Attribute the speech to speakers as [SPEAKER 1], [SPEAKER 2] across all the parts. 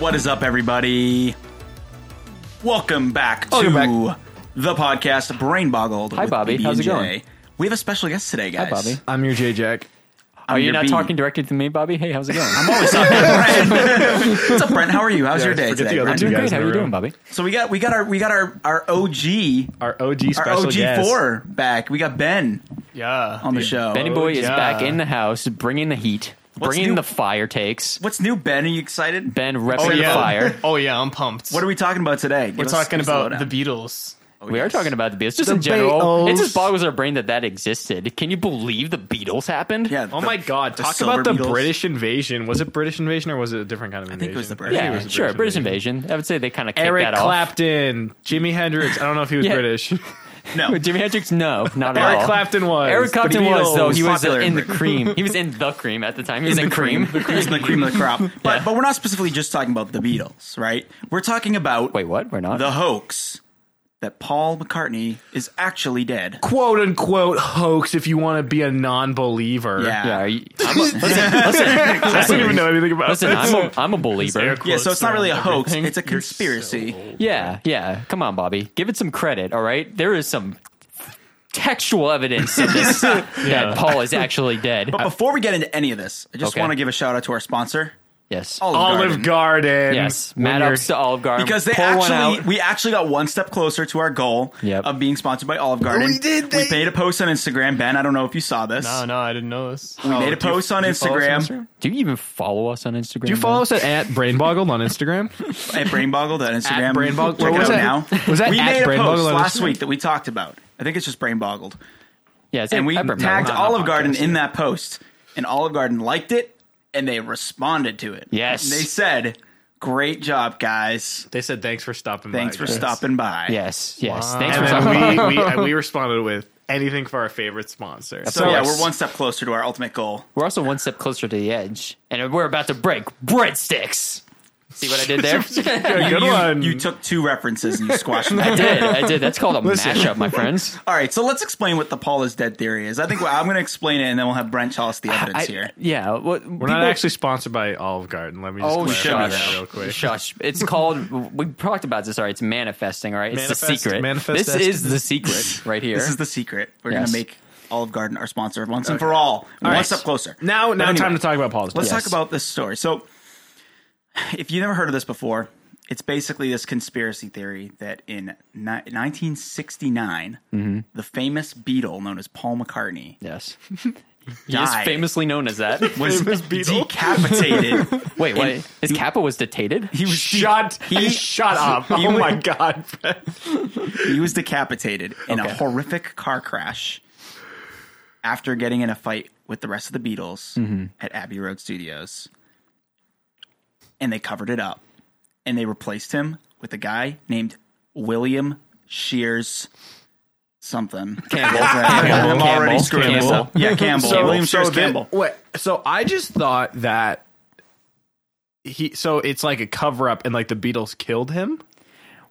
[SPEAKER 1] What is up, everybody? Welcome back
[SPEAKER 2] Welcome
[SPEAKER 1] to the podcast Brain Boggled.
[SPEAKER 2] Oh, Hi,
[SPEAKER 1] with
[SPEAKER 2] Bobby.
[SPEAKER 1] BB&J.
[SPEAKER 2] How's it going?
[SPEAKER 1] We have a special guest today, guys.
[SPEAKER 2] Bobby.
[SPEAKER 3] I'm your J Jack.
[SPEAKER 2] Are you
[SPEAKER 1] your
[SPEAKER 2] not
[SPEAKER 1] bean.
[SPEAKER 2] talking directly to me, Bobby? Hey, how's it going? I'm
[SPEAKER 1] What's up, Brent? What's up, Brent? How are you? How's
[SPEAKER 3] Yeah,
[SPEAKER 1] your day
[SPEAKER 3] forget the
[SPEAKER 1] today,
[SPEAKER 3] other
[SPEAKER 1] Brent?
[SPEAKER 3] two
[SPEAKER 2] doing
[SPEAKER 3] guys
[SPEAKER 2] great. How
[SPEAKER 3] in
[SPEAKER 2] are
[SPEAKER 3] a
[SPEAKER 2] you
[SPEAKER 3] row.
[SPEAKER 2] doing, Bobby?
[SPEAKER 1] So we got we got our we got our our OG
[SPEAKER 3] Our OG
[SPEAKER 1] our
[SPEAKER 3] special
[SPEAKER 1] OG
[SPEAKER 3] guest.
[SPEAKER 1] four back. We got Ben
[SPEAKER 3] Yeah.
[SPEAKER 1] on the show.
[SPEAKER 2] Benny Boy is
[SPEAKER 3] yeah.
[SPEAKER 2] back in the house, bringing the heat, bringing
[SPEAKER 1] new-
[SPEAKER 2] the fire takes.
[SPEAKER 1] What's new, Ben? Are you excited?
[SPEAKER 2] Ben repping
[SPEAKER 4] Oh
[SPEAKER 2] the
[SPEAKER 4] yeah!
[SPEAKER 2] fire.
[SPEAKER 4] Oh yeah! I'm pumped.
[SPEAKER 1] What are we talking about today?
[SPEAKER 4] We're talking about the Beatles.
[SPEAKER 1] Oh,
[SPEAKER 2] we are talking about the Beatles. Just
[SPEAKER 3] The
[SPEAKER 2] in general, it
[SPEAKER 3] Beatles.
[SPEAKER 2] just boggles our brain that that existed. Can you believe the Beatles happened?
[SPEAKER 1] Yeah.
[SPEAKER 4] Oh
[SPEAKER 1] the-
[SPEAKER 4] my God!
[SPEAKER 1] the
[SPEAKER 4] Talk
[SPEAKER 1] Silver
[SPEAKER 4] about the
[SPEAKER 1] Beatles.
[SPEAKER 4] British invasion. Was it British invasion or was it a different kind of invasion?
[SPEAKER 1] think it was the
[SPEAKER 2] Yeah,
[SPEAKER 1] British.
[SPEAKER 4] was the
[SPEAKER 2] sure.
[SPEAKER 4] British
[SPEAKER 2] British invasion. I would say they kind of kicked
[SPEAKER 4] Eric
[SPEAKER 2] that off.
[SPEAKER 4] Clapton, Jimi Hendrix. I don't know if he was
[SPEAKER 2] Yeah.
[SPEAKER 4] British.
[SPEAKER 1] No,
[SPEAKER 2] Jimi Hendrix, no, not at
[SPEAKER 4] Eric
[SPEAKER 2] all.
[SPEAKER 4] Clapton was. The
[SPEAKER 2] Eric Clapton was
[SPEAKER 4] Beatles.
[SPEAKER 2] though. He was uh,
[SPEAKER 1] Popular in
[SPEAKER 2] in the
[SPEAKER 1] Britain.
[SPEAKER 2] cream. He was in the cream at the time. He was in,
[SPEAKER 1] the cream.
[SPEAKER 2] cream.
[SPEAKER 1] The cream's the cream of the crop. But but we're not specifically just talking about the Beatles, right? We're talking about
[SPEAKER 2] Wait, what? We're not.
[SPEAKER 1] the hoax that Paul McCartney is actually dead.
[SPEAKER 4] "Quote unquote hoax." If you want to be a non-believer,
[SPEAKER 1] Yeah.
[SPEAKER 2] yeah, are you, I'm a, listen, listen,
[SPEAKER 4] I don't even know anything about
[SPEAKER 2] listen.
[SPEAKER 4] this.
[SPEAKER 2] I'm a, I'm a believer.
[SPEAKER 1] Yeah, so it's not really a hoax.
[SPEAKER 4] Everything.
[SPEAKER 1] It's a
[SPEAKER 4] You're
[SPEAKER 1] conspiracy.
[SPEAKER 2] Yeah, yeah. Come on, Bobby. Give it some credit, all right? There is some textual evidence of this that Paul is actually dead.
[SPEAKER 1] But before we get into any of this, I just
[SPEAKER 2] Okay.
[SPEAKER 1] want to give a shout out to our sponsor,
[SPEAKER 2] Yes.
[SPEAKER 1] Olive,
[SPEAKER 4] Olive
[SPEAKER 1] Garden.
[SPEAKER 4] Garden.
[SPEAKER 2] yes.
[SPEAKER 4] When
[SPEAKER 2] Mad
[SPEAKER 4] you're-
[SPEAKER 2] ups to Olive Garden.
[SPEAKER 1] Because they
[SPEAKER 2] Pour one
[SPEAKER 1] actually,
[SPEAKER 2] out.
[SPEAKER 1] we actually got one step closer to our goal
[SPEAKER 2] Yep.
[SPEAKER 1] of being sponsored by Olive Garden.
[SPEAKER 3] We did,
[SPEAKER 1] We
[SPEAKER 3] they-
[SPEAKER 1] made a post on Instagram, Ben. I don't know if you saw this.
[SPEAKER 4] Oh, No, no, I didn't know this.
[SPEAKER 1] We made a post on Instagram
[SPEAKER 2] Do you even follow us on Instagram?
[SPEAKER 4] Do you follow us at, at Brainboggled on Instagram?
[SPEAKER 1] at Brainboggled on Instagram.
[SPEAKER 4] Brainboggled.
[SPEAKER 1] Check
[SPEAKER 4] What
[SPEAKER 1] it
[SPEAKER 4] was
[SPEAKER 1] out
[SPEAKER 4] that?
[SPEAKER 1] now.
[SPEAKER 4] Was that
[SPEAKER 1] we
[SPEAKER 4] at
[SPEAKER 1] made a
[SPEAKER 4] Brainboggled
[SPEAKER 1] post
[SPEAKER 4] on
[SPEAKER 1] last
[SPEAKER 4] Instagram?
[SPEAKER 1] week that we talked about? I think it's just Brainboggled,
[SPEAKER 2] Yeah, it's
[SPEAKER 1] and we
[SPEAKER 2] Peppermint.
[SPEAKER 1] tagged
[SPEAKER 4] on the
[SPEAKER 1] Olive
[SPEAKER 4] podcast,
[SPEAKER 1] Garden in that post, and Olive Garden liked it, and they responded to it.
[SPEAKER 2] Yes.
[SPEAKER 1] And they said, "Great job, guys!
[SPEAKER 4] They said thanks for stopping
[SPEAKER 1] Thanks for
[SPEAKER 4] guys."
[SPEAKER 1] stopping by."
[SPEAKER 2] Yes, yes. Thanks for
[SPEAKER 4] And
[SPEAKER 2] talking.
[SPEAKER 4] then we, we, and we responded with anything for our favorite sponsor.
[SPEAKER 1] So yeah,
[SPEAKER 2] course.
[SPEAKER 1] we're one step closer to our ultimate goal.
[SPEAKER 2] We're also one step closer to the edge, and we're about to break breadsticks. See what I did there?
[SPEAKER 4] yeah, good
[SPEAKER 1] you,
[SPEAKER 4] one.
[SPEAKER 1] You took two references and you squashed them.
[SPEAKER 2] I did. I did. That's called a mashup, my friends.
[SPEAKER 1] All right, so let's explain what the Paul is dead theory is. I think I'm going to explain it, and then we'll have Brent tell us the evidence
[SPEAKER 2] I-
[SPEAKER 1] here.
[SPEAKER 2] Yeah. What,
[SPEAKER 4] we're not actually sponsored by Olive Garden. Let me just
[SPEAKER 2] Oh,
[SPEAKER 4] clarify
[SPEAKER 2] shush.
[SPEAKER 4] that real quick.
[SPEAKER 2] Shush. It's called, we talked about this already. It's manifesting, all right? It's the
[SPEAKER 4] Manifest-
[SPEAKER 2] secret.
[SPEAKER 4] manifest
[SPEAKER 2] this
[SPEAKER 4] destiny.
[SPEAKER 2] is the secret right here.
[SPEAKER 1] This is the secret. We're
[SPEAKER 2] Yes.
[SPEAKER 1] going to make Olive Garden our sponsor once and for all. one
[SPEAKER 4] right.
[SPEAKER 1] step closer.
[SPEAKER 4] Now,
[SPEAKER 1] But
[SPEAKER 4] now,
[SPEAKER 1] anyway,
[SPEAKER 4] time to talk about Paul's.
[SPEAKER 1] Let's
[SPEAKER 2] Yes.
[SPEAKER 1] talk about this story. So, if you've never heard of this before, it's basically this conspiracy theory that in ni- 1969, the famous Beatle known as Paul McCartney
[SPEAKER 2] yes. He is
[SPEAKER 1] Died.
[SPEAKER 2] famously known as that.
[SPEAKER 1] was decapitated.
[SPEAKER 2] Wait, what? His Kappa was detated?
[SPEAKER 1] He was
[SPEAKER 4] Shut.
[SPEAKER 1] he-
[SPEAKER 4] He, shut up. Oh my god.
[SPEAKER 1] He was decapitated in a
[SPEAKER 2] Okay.
[SPEAKER 1] horrific car crash after getting in a fight with the rest of the Beatles
[SPEAKER 2] Mm-hmm.
[SPEAKER 1] at Abbey Road Studios. And they covered it up. And they replaced him with a guy named William Shears something.
[SPEAKER 2] Campbell.
[SPEAKER 1] I'm
[SPEAKER 2] Campbell.
[SPEAKER 1] already screwing this
[SPEAKER 2] Campbell.
[SPEAKER 1] up. Yeah, Campbell. William Shears
[SPEAKER 4] thi-
[SPEAKER 1] Campbell.
[SPEAKER 4] Wait, so I just thought that he. So it's like a cover up, and like the Beatles killed him.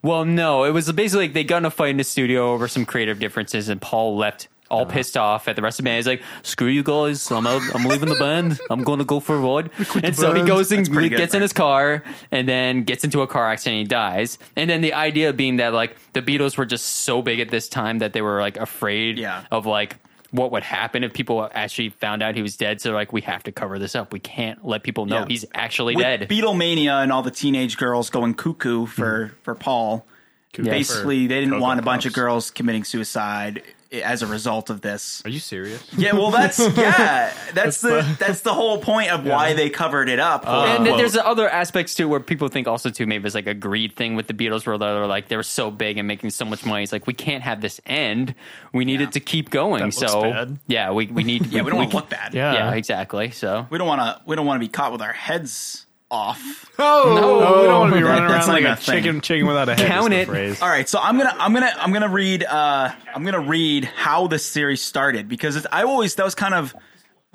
[SPEAKER 2] Well, no, it was basically like they got in a fight in the studio over some creative differences, and Paul left all
[SPEAKER 1] Uh-huh.
[SPEAKER 2] pissed off at the rest of the band. He's like, "Screw you guys! I'm out. I'm leaving the band. I'm going to go for a ride." And so he
[SPEAKER 4] band.
[SPEAKER 2] goes and
[SPEAKER 1] pretty good,
[SPEAKER 2] gets in his car, and then gets into a car accident. and He dies. And then the idea being that like the Beatles were just so big at this time that they were like afraid
[SPEAKER 1] Yeah.
[SPEAKER 2] of like. What would happen if people actually found out he was dead? So like, we have to cover this up. We can't let people know
[SPEAKER 1] Yeah.
[SPEAKER 2] he's actually
[SPEAKER 1] with
[SPEAKER 2] dead.
[SPEAKER 1] Beatlemania and all the teenage girls going cuckoo for
[SPEAKER 2] Mm-hmm.
[SPEAKER 1] for Paul. Basically, they didn't
[SPEAKER 4] Cocoa
[SPEAKER 1] want a bunch of
[SPEAKER 4] Puffs.
[SPEAKER 1] girls committing suicide as a result of this.
[SPEAKER 4] Are you serious?
[SPEAKER 1] Yeah, well, that's yeah, that's the that's the whole point of why they covered it up. quote
[SPEAKER 2] And
[SPEAKER 1] unquote.
[SPEAKER 2] there's other aspects too where people think also too maybe it's like a greed thing with the Beatles where they're like they were so big and making so much money. It's like we can't have this end. We need it to keep going.
[SPEAKER 4] That looks
[SPEAKER 2] so
[SPEAKER 4] bad.
[SPEAKER 2] yeah, we, we need
[SPEAKER 1] yeah, we don't want to look bad.
[SPEAKER 4] Yeah.
[SPEAKER 2] yeah exactly. So
[SPEAKER 1] we don't want to we don't want to be caught with our heads off.
[SPEAKER 4] Oh, we don't want to be running
[SPEAKER 1] That's
[SPEAKER 4] around
[SPEAKER 1] like
[SPEAKER 4] like,
[SPEAKER 1] a
[SPEAKER 4] a
[SPEAKER 1] thing.
[SPEAKER 4] chicken, chicken without a head.
[SPEAKER 2] Count
[SPEAKER 4] is the
[SPEAKER 2] it.
[SPEAKER 4] phrase.
[SPEAKER 1] All right, so I'm gonna I'm gonna I'm gonna read uh I'm gonna read how this series started because it's, I always that was kind of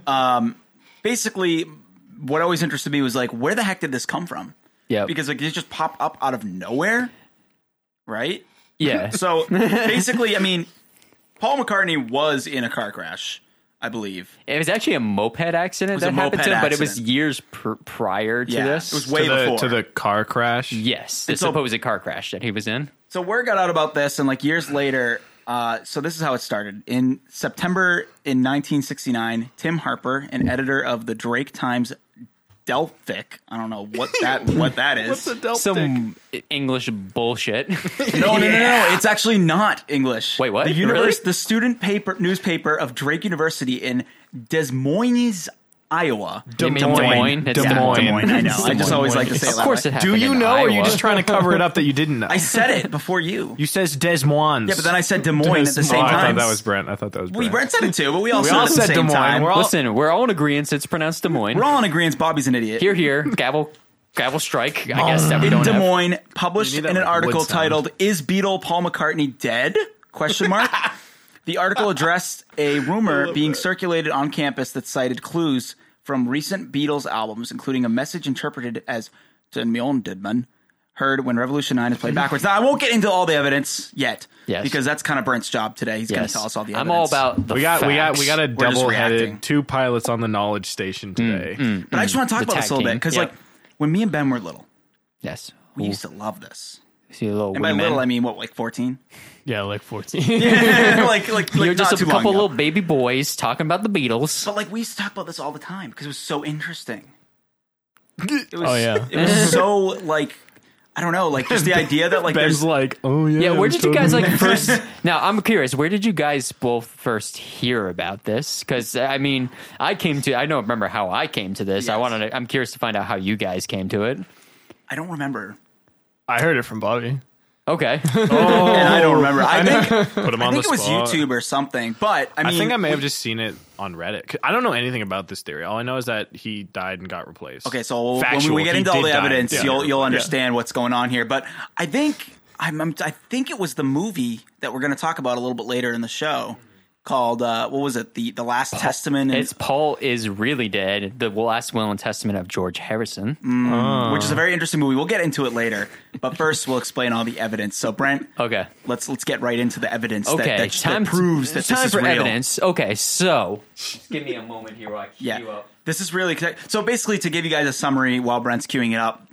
[SPEAKER 1] um basically what always interested me was like where the heck did this come from?
[SPEAKER 2] yeah,
[SPEAKER 1] Because like it just popped up out of nowhere, right?
[SPEAKER 2] yeah,
[SPEAKER 1] So basically, I mean, Paul McCartney was in a car crash I believe.
[SPEAKER 2] It was actually a moped accident
[SPEAKER 1] was a
[SPEAKER 2] that happened to him,
[SPEAKER 1] moped
[SPEAKER 2] but it was
[SPEAKER 1] accident.
[SPEAKER 2] years pr- prior to
[SPEAKER 1] Yeah,
[SPEAKER 2] this.
[SPEAKER 1] it was way
[SPEAKER 4] to the,
[SPEAKER 1] before.
[SPEAKER 4] to the car crash.
[SPEAKER 2] yes, the
[SPEAKER 1] It's a-
[SPEAKER 2] supposed car crash that he was in.
[SPEAKER 1] So word got out about this, and like years later, uh, so this is how it started. In September in 1969, Tim Harper, an editor of the Drake Times Delphic, I don't know what that what that is.
[SPEAKER 2] Some English bullshit.
[SPEAKER 1] no, no, no, no, it's actually not English.
[SPEAKER 2] Wait, what?
[SPEAKER 1] The universe,
[SPEAKER 2] Really?
[SPEAKER 1] the student paper newspaper of Drake University in Des Moines, Iowa.
[SPEAKER 2] Des Moines. Des Moines. It's
[SPEAKER 4] Des
[SPEAKER 2] Des
[SPEAKER 4] Moines.
[SPEAKER 2] Moines.
[SPEAKER 1] I know. I just always like to say it
[SPEAKER 2] of
[SPEAKER 1] that
[SPEAKER 2] course,
[SPEAKER 1] way.
[SPEAKER 2] it happened.
[SPEAKER 4] Do you
[SPEAKER 2] in
[SPEAKER 4] know? Or are you
[SPEAKER 2] Iowa.
[SPEAKER 4] just trying to cover it up that you didn't know?
[SPEAKER 1] I said it before you.
[SPEAKER 4] you says Des Moines.
[SPEAKER 1] Yeah, but then I said Des Moines at the same
[SPEAKER 4] oh, I
[SPEAKER 1] time.
[SPEAKER 4] thought that was Brent. I thought that was Brent.
[SPEAKER 1] we Brent said it too, but we all
[SPEAKER 4] We
[SPEAKER 1] said
[SPEAKER 4] all
[SPEAKER 1] it at
[SPEAKER 4] said
[SPEAKER 1] the
[SPEAKER 4] Des
[SPEAKER 1] same
[SPEAKER 4] Moines.
[SPEAKER 1] time.
[SPEAKER 4] We're all-
[SPEAKER 2] Listen, we're all in agreement. It's pronounced Des Moines.
[SPEAKER 1] We're all in agreement. Bobby's an idiot.
[SPEAKER 2] here, here, gavel, gavel strike. I guess that we
[SPEAKER 1] in
[SPEAKER 2] don't
[SPEAKER 1] Des
[SPEAKER 2] have.
[SPEAKER 1] Moines, published
[SPEAKER 4] You need
[SPEAKER 1] in
[SPEAKER 4] that,
[SPEAKER 1] an
[SPEAKER 4] like,
[SPEAKER 1] article
[SPEAKER 4] wood sound.
[SPEAKER 1] titled "Is Beatle Paul McCartney Dead?" Question mark. the article addressed a rumor being circulated on campus that cited clues from recent Beatles albums, including a message interpreted as "Den Mjoln Didman." Heard when Revolution 9 is played backwards. Now, I won't get into all the evidence yet.
[SPEAKER 2] Yes.
[SPEAKER 1] Because that's kind of Brent's job today. He's going to tell us all the
[SPEAKER 2] I'm
[SPEAKER 1] evidence.
[SPEAKER 2] all about the
[SPEAKER 4] we got we got we got a
[SPEAKER 2] facts.
[SPEAKER 1] just
[SPEAKER 4] double
[SPEAKER 1] reacting. Mm,
[SPEAKER 4] headed two pilots on the knowledge station today.
[SPEAKER 1] But I just want to talk
[SPEAKER 2] the
[SPEAKER 1] about this a
[SPEAKER 2] tag
[SPEAKER 1] little bit
[SPEAKER 2] team.
[SPEAKER 1] because,
[SPEAKER 2] Yep.
[SPEAKER 1] like, when me and Ben were little,
[SPEAKER 2] yes.
[SPEAKER 1] we used to love this.
[SPEAKER 2] See a little
[SPEAKER 1] And by
[SPEAKER 2] wee man.
[SPEAKER 1] little, I mean, what, like 14?
[SPEAKER 3] Yeah, like 14.
[SPEAKER 1] like, like, like
[SPEAKER 2] You're
[SPEAKER 1] not
[SPEAKER 2] just
[SPEAKER 1] too
[SPEAKER 2] a
[SPEAKER 1] long
[SPEAKER 2] couple
[SPEAKER 1] ago.
[SPEAKER 2] little baby boys talking about the Beatles.
[SPEAKER 1] But like we used to talk about this all the time because it was so interesting. It was,
[SPEAKER 3] Oh, yeah.
[SPEAKER 1] it was so like I don't know, like just the idea that like
[SPEAKER 4] Ben's
[SPEAKER 1] there's
[SPEAKER 4] like, oh yeah.
[SPEAKER 2] Yeah, where did you
[SPEAKER 4] totally."
[SPEAKER 2] guys like first? Now I'm curious. Where did you guys both first hear about this? Because I mean, I came to. I don't remember how I came to this. I
[SPEAKER 1] Yes.
[SPEAKER 2] wanted. To, I'm curious to find out how you guys came to it.
[SPEAKER 1] I don't remember,
[SPEAKER 3] I heard it from Bobby.
[SPEAKER 2] Okay.
[SPEAKER 1] and I don't remember. I think
[SPEAKER 4] Put him
[SPEAKER 1] I
[SPEAKER 4] on
[SPEAKER 1] think it
[SPEAKER 4] the
[SPEAKER 1] was
[SPEAKER 4] spot.
[SPEAKER 1] YouTube or something. But I mean,
[SPEAKER 4] I think I may have just seen it on Reddit. 'Cause I don't know anything about this theory. All I know is that he died and got replaced.
[SPEAKER 1] okay. So
[SPEAKER 4] Factual,
[SPEAKER 1] when we get
[SPEAKER 4] he
[SPEAKER 1] into all
[SPEAKER 4] did
[SPEAKER 1] the
[SPEAKER 4] die.
[SPEAKER 1] evidence,
[SPEAKER 4] Yeah.
[SPEAKER 1] you'll you'll understand what's going on here. But I think I'm, I'm I think it was the movie that we're going to talk about a little bit later in the show called uh, what was it the the Last Testament, and,
[SPEAKER 2] It's Paul is really dead. The last will and testament of George Harrison.
[SPEAKER 1] Mm. which
[SPEAKER 4] uh,
[SPEAKER 1] is a very interesting movie. We'll get into it later, but first we'll explain all the evidence. So Brent,
[SPEAKER 2] Okay.
[SPEAKER 1] let's let's get right into the evidence
[SPEAKER 2] Okay.
[SPEAKER 1] that, that,
[SPEAKER 2] time
[SPEAKER 1] that proves that
[SPEAKER 2] time
[SPEAKER 1] this is
[SPEAKER 2] for
[SPEAKER 1] real.
[SPEAKER 2] evidence. Okay. So, give me a moment here while I cue
[SPEAKER 1] Yeah,
[SPEAKER 2] you up.
[SPEAKER 1] this is really connect- so. Basically, to give you guys a summary while Brent's queuing it up,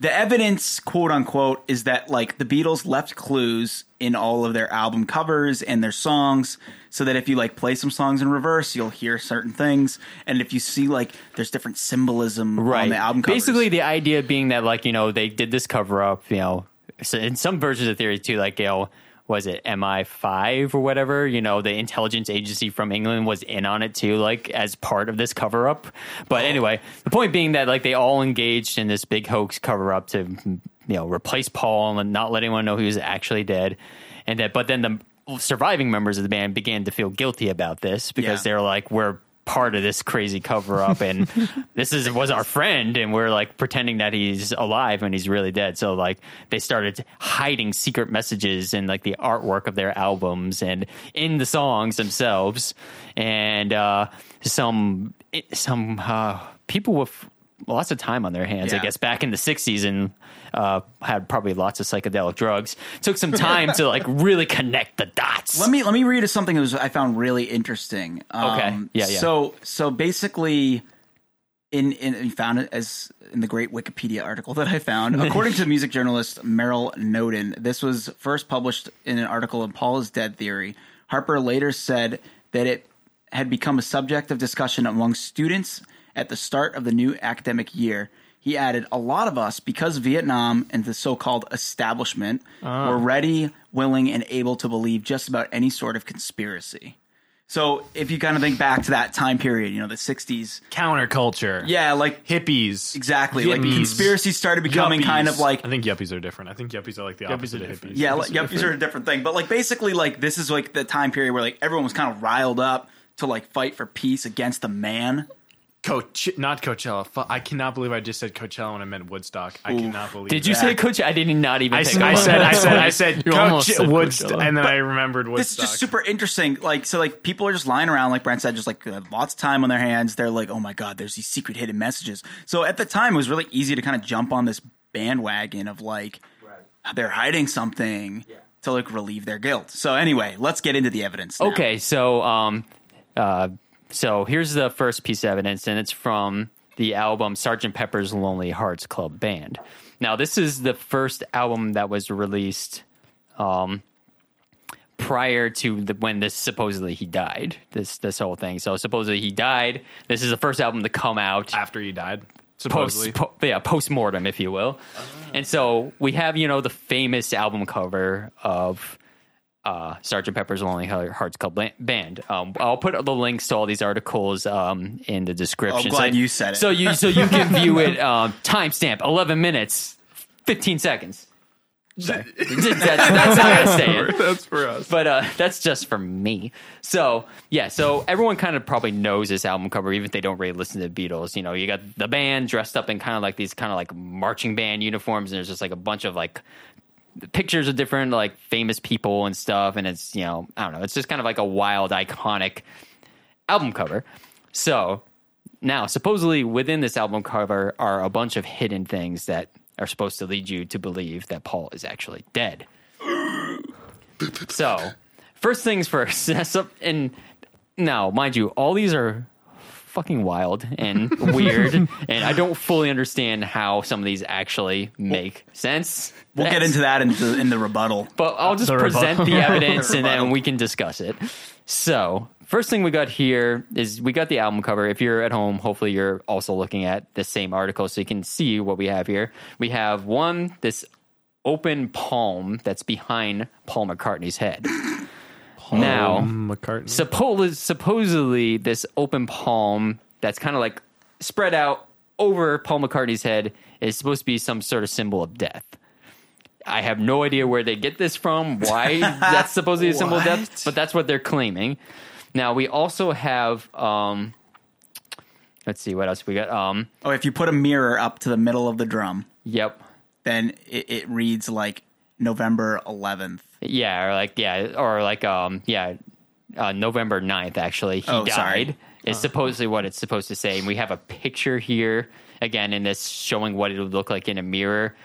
[SPEAKER 1] the evidence, quote unquote, is that like the Beatles left clues in all of their album covers and their songs, so that if you like play some songs in reverse, you'll hear certain things, and if you see like there's different symbolism on the album covers.
[SPEAKER 2] Basically, the idea being that like you know they did this cover up. You know, so in some versions of the theory too, like you know. Was it MI five or whatever? You know, the intelligence agency from England was in on it too, like as part of this cover up. But anyway, the point being that like they all engaged in this big hoax cover up to you know replace Paul and not let anyone know he was actually dead, and that. But then the surviving members of the band began to feel guilty about this because
[SPEAKER 1] Yeah.
[SPEAKER 2] they're like, we're part of this crazy cover up and this is was our friend and we're like pretending that he's alive when he's really dead so like they started hiding secret messages in like the artwork of their albums and in the songs themselves and uh some some uh people with lots of time on their hands i
[SPEAKER 1] Yeah.
[SPEAKER 2] guess back in the 60s and uh had probably lots of psychedelic drugs took some time to like really connect the dots
[SPEAKER 1] Let me let me read us something that was, I found really interesting. Um,
[SPEAKER 2] Okay. Yeah, yeah.
[SPEAKER 1] So so basically, in in you found it as in the great Wikipedia article that I found. According to music journalist Merrill Noden, this was first published in an article in Paul's Dead Theory. Harper later said that it had become a subject of discussion among students at the start of the new academic year. He added, a lot of us, because Vietnam and the so called establishment
[SPEAKER 2] Ah.
[SPEAKER 1] were ready, willing, and able to believe just about any sort of conspiracy. So if you kind of think back to that time period, you know, the 60s,
[SPEAKER 4] counterculture.
[SPEAKER 1] yeah, like
[SPEAKER 4] hippies.
[SPEAKER 1] exactly. Like
[SPEAKER 4] Yuppies.
[SPEAKER 1] conspiracy started becoming
[SPEAKER 4] Yuppies.
[SPEAKER 1] kind of like
[SPEAKER 4] I think yuppies are different. I think yuppies are like the opposite
[SPEAKER 3] are
[SPEAKER 4] of hippies.
[SPEAKER 3] different.
[SPEAKER 1] yeah, like, yuppies are a different thing. But like basically, like this is like the time period where like everyone was kind of riled up to like fight for peace against the man.
[SPEAKER 4] Coach, not Coachella. Fu- I cannot believe I just said Coachella when I meant Woodstock. I cannot believe.
[SPEAKER 2] did you
[SPEAKER 4] that.
[SPEAKER 2] say coach i did not even
[SPEAKER 4] I,
[SPEAKER 2] pick
[SPEAKER 4] s- I
[SPEAKER 2] up.
[SPEAKER 4] said. I said. I said.
[SPEAKER 3] You almost
[SPEAKER 4] Coach
[SPEAKER 3] said
[SPEAKER 4] Woodstock,
[SPEAKER 3] Coachella.
[SPEAKER 4] and then I remembered Woodstock.
[SPEAKER 1] This is just super interesting. Like so, like people are just lying around, like Brent said, just like have lots of time on their hands. They're like, oh my god, there's these secret hidden messages. So at the time, it was really easy to kind of jump on this bandwagon of like they're hiding
[SPEAKER 2] Oh,
[SPEAKER 1] something to like relieve their guilt. So anyway, let's get into the evidence. now.
[SPEAKER 2] Okay, so um, Uh, so here's the first piece of evidence, and it's from the album Sgt. Pepper's Lonely Hearts Club Band. Now, this is the first album that was released um, prior to the, when this supposedly he died. This this whole thing. So supposedly he died. This is the first album to come out
[SPEAKER 4] after he died, supposedly.
[SPEAKER 2] post, po- yeah, post mortem, if you will.
[SPEAKER 1] Ah.
[SPEAKER 2] And so we have, you know, the famous album cover of uh, Sgt. Pepper's Lonely Hearts Club Ban- Band. Um, I'll put the links to all these articles um, in the description.
[SPEAKER 1] Oh, glad you said it.
[SPEAKER 2] So you so you can view it. Um, timestamp: eleven minutes, fifteen seconds. Sorry. That's- that's how I say it
[SPEAKER 4] That's for us.
[SPEAKER 2] but uh, that's just for me. So yeah, so everyone kind of probably knows this album cover, even if they don't really listen to the Beatles. You know, you got the band dressed up in kind of like these kind of like marching band uniforms, and there's just like a bunch of like pictures of different like famous people and stuff, and it's you know I don't know, it's just kind of like a wild, iconic album cover. So now, supposedly within this album cover are a bunch of hidden things that are supposed to lead you to believe that Paul is actually dead. So, first things first. That's up- and now, mind you, all these are fucking wild and weird, and I don't fully understand how some of these actually make sense.
[SPEAKER 1] We'll get into that in the, in the rebuttal.
[SPEAKER 2] But I'll just
[SPEAKER 3] The
[SPEAKER 2] present
[SPEAKER 3] rebuttal.
[SPEAKER 2] the evidence, and
[SPEAKER 1] rebuttal.
[SPEAKER 2] then we can discuss it. So, first thing we got here is we got the album cover. If you're at home, hopefully you're also looking at the same article, so you can see what we have here. We have one this open palm that's behind Paul McCartney's head. now,
[SPEAKER 4] McCartney.
[SPEAKER 2] Suppo- supposedly this open palm that's kind of like spread out over Paul McCartney's head is supposed to be some sort of symbol of death. I have no idea where they get this from, why that's supposedly a symbol of death,
[SPEAKER 1] What?
[SPEAKER 2] but that's what they're claiming. Now we also have um let's see what else we got. Um
[SPEAKER 1] Oh, if you put a mirror up to the middle of the drum,
[SPEAKER 2] yep.
[SPEAKER 1] then it, it reads like November 11th.
[SPEAKER 2] Yeah, or like yeah, or like um yeah, uh, November 9th actually he
[SPEAKER 1] Oh,
[SPEAKER 2] died.
[SPEAKER 1] sorry.
[SPEAKER 2] Is supposedly what it's supposed to say. And we have a picture here again in this showing what it would look like in a mirror.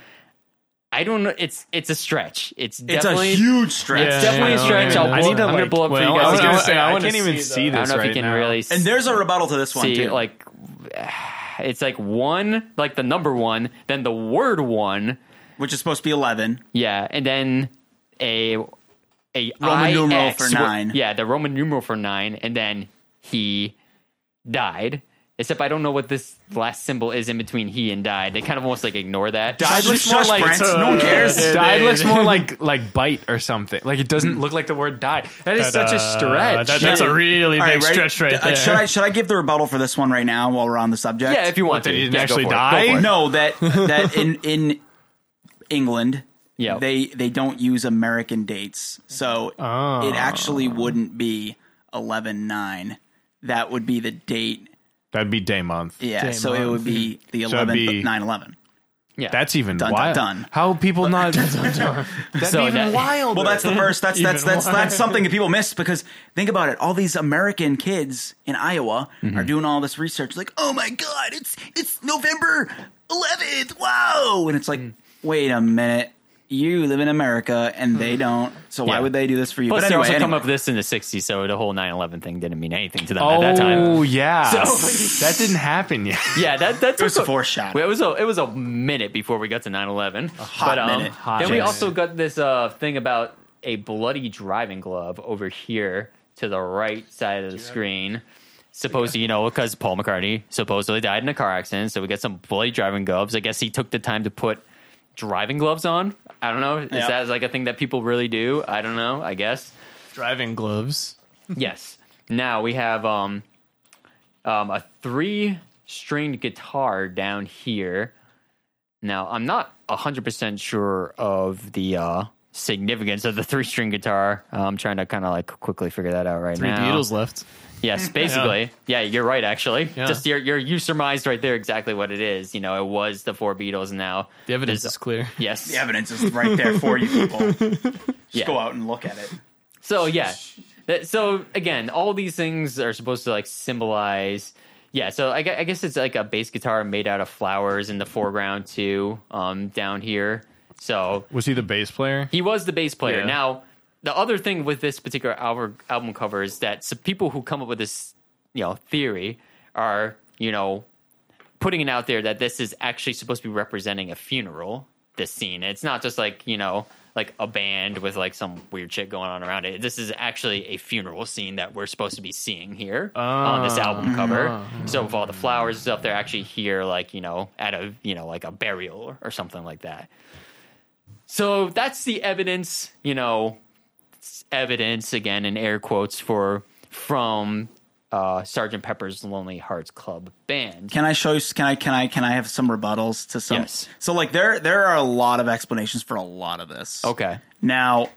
[SPEAKER 2] I don't know. It's it's a stretch. It's definitely
[SPEAKER 1] it's a huge stretch.
[SPEAKER 3] Yeah.
[SPEAKER 2] it's definitely a stretch. I'll
[SPEAKER 3] I
[SPEAKER 2] blow,
[SPEAKER 3] need to,
[SPEAKER 2] I'm gonna
[SPEAKER 3] like-
[SPEAKER 2] blow up
[SPEAKER 3] well,
[SPEAKER 2] for you
[SPEAKER 3] I
[SPEAKER 2] guys.
[SPEAKER 3] was
[SPEAKER 2] again.
[SPEAKER 3] gonna say, I
[SPEAKER 4] I can't
[SPEAKER 3] can't
[SPEAKER 4] even
[SPEAKER 3] see
[SPEAKER 4] see
[SPEAKER 3] the-
[SPEAKER 2] I
[SPEAKER 4] this
[SPEAKER 2] don't know
[SPEAKER 4] right
[SPEAKER 2] if you can
[SPEAKER 4] now.
[SPEAKER 2] really
[SPEAKER 1] And there's a rebuttal to this one,
[SPEAKER 2] see
[SPEAKER 1] too.
[SPEAKER 2] like it's like one like the number one, then the word one,
[SPEAKER 1] which is supposed to be 11.
[SPEAKER 2] Yeah, and then a a
[SPEAKER 1] Roman numeral
[SPEAKER 2] IX,
[SPEAKER 1] for nine.
[SPEAKER 2] Yeah, the Roman numeral for nine, and then he died. Except I don't know what this last symbol is in between he and died. They kind of almost like ignore that.
[SPEAKER 4] Died looks more
[SPEAKER 1] Shush,
[SPEAKER 4] like
[SPEAKER 1] Brent. No one cares.
[SPEAKER 4] Died looks more like like bite or something. Like it doesn't look like the word die. That is such a
[SPEAKER 3] Uh,
[SPEAKER 4] stretch.
[SPEAKER 3] that- that's a really
[SPEAKER 1] All
[SPEAKER 3] big
[SPEAKER 1] right, ready?
[SPEAKER 3] stretch right
[SPEAKER 1] Uh,
[SPEAKER 3] there.
[SPEAKER 1] Should I, should I give the rebuttal for this one right now while we're on the subject?
[SPEAKER 2] Yeah, if you want
[SPEAKER 4] What,
[SPEAKER 2] to.
[SPEAKER 4] that he didn't
[SPEAKER 2] Yeah, go
[SPEAKER 4] actually
[SPEAKER 2] for it. Go
[SPEAKER 4] die?
[SPEAKER 2] for it.
[SPEAKER 1] No, that that in in England,
[SPEAKER 2] Yeah.
[SPEAKER 1] they they don't use American dates, so it actually wouldn't be eleven nine. That would be the date.
[SPEAKER 4] That'd be day month.
[SPEAKER 1] Yeah,
[SPEAKER 3] Day
[SPEAKER 1] so it
[SPEAKER 3] month.
[SPEAKER 1] would be the
[SPEAKER 4] So it'd be-
[SPEAKER 1] eleventh nine eleven.
[SPEAKER 2] Yeah.
[SPEAKER 4] That's even
[SPEAKER 1] Dun, dun,
[SPEAKER 4] wild.
[SPEAKER 1] dun.
[SPEAKER 4] How people not? That's
[SPEAKER 2] So
[SPEAKER 4] even
[SPEAKER 2] that-
[SPEAKER 4] wild.
[SPEAKER 1] Well, that's the first. That's that's
[SPEAKER 3] Even
[SPEAKER 1] that's that's something that people miss because think about it. All these American kids in Iowa
[SPEAKER 2] Mm-hmm.
[SPEAKER 1] are doing all this research. Like, oh my god, it's it's November 11th. Wow, and it's like,
[SPEAKER 2] Mm.
[SPEAKER 1] wait a minute, you live in America and they don't. So why
[SPEAKER 2] Mm-hmm. Yeah.
[SPEAKER 1] would they do this for you?
[SPEAKER 2] Plus,
[SPEAKER 1] but
[SPEAKER 2] they
[SPEAKER 1] anyway,
[SPEAKER 2] also come
[SPEAKER 1] anyway.
[SPEAKER 2] up with this in the '60s, so the whole 9/11 thing didn't mean anything to them
[SPEAKER 4] Oh
[SPEAKER 2] at that time.
[SPEAKER 4] yeah,
[SPEAKER 2] So-
[SPEAKER 4] that didn't happen yet.
[SPEAKER 2] Yeah, that that
[SPEAKER 1] it was a
[SPEAKER 2] took
[SPEAKER 1] foreshadow.
[SPEAKER 2] It was a it was a minute before we got to 9/11. A
[SPEAKER 1] hot minute. Hot
[SPEAKER 2] um, then we
[SPEAKER 4] minute.
[SPEAKER 2] also got this uh, thing about a bloody driving glove over here to the right side of the screen. Supposedly, you know, because Paul McCartney supposedly died in a car accident, so we got some bloody driving gloves. I guess he took the time to put driving gloves on. I don't know. Is
[SPEAKER 1] Yeah.
[SPEAKER 2] that like a thing that people really do? I don't know. I guess.
[SPEAKER 3] Driving gloves.
[SPEAKER 2] Yes. Now we have um, um, a three stringed guitar down here. Now I'm not hundred percent sure of the uh, significance of the three string guitar. Uh, I'm trying to kind of like quickly figure that out right
[SPEAKER 3] Three
[SPEAKER 2] now.
[SPEAKER 3] Beatles left.
[SPEAKER 2] Yes, basically. yeah. you're right. Actually,
[SPEAKER 3] Yeah.
[SPEAKER 2] just you're, you're you surmised right there exactly what it is. You know, it was the four Beatles. Now
[SPEAKER 3] The evidence
[SPEAKER 2] there's-
[SPEAKER 3] is clear.
[SPEAKER 2] Yes.
[SPEAKER 1] The evidence is right there for you people. Just
[SPEAKER 2] Yeah.
[SPEAKER 1] go out and look at it.
[SPEAKER 2] So yeah, That- so again, all these things are supposed to like symbolize. Yeah, so I, gue- I guess it's like a bass guitar made out of flowers in the foreground too, um, down here. So
[SPEAKER 4] Was he the bass player?
[SPEAKER 2] he was the bass player.
[SPEAKER 4] Yeah.
[SPEAKER 2] Now the other thing with this particular album album cover is that some people who come up with this, you know, theory are you know putting it out there that this is actually supposed to be representing a funeral. This scene, it's not just like you know like a band with like some weird shit going on around it. This is actually a funeral scene that we're supposed to be seeing here on this album cover. So with all the flowers and stuff, they're actually here like you know at a you know like a burial or, or something like that. So that's the evidence, you know, evidence again in air quotes for from uh, Sergeant Pepper's Lonely Hearts Club Band.
[SPEAKER 1] Can I show you? Can I? Can I? Can I have some rebuttals to some?
[SPEAKER 2] Yes.
[SPEAKER 1] So like there there are a lot of explanations for a lot of this.
[SPEAKER 2] Okay.
[SPEAKER 1] Now,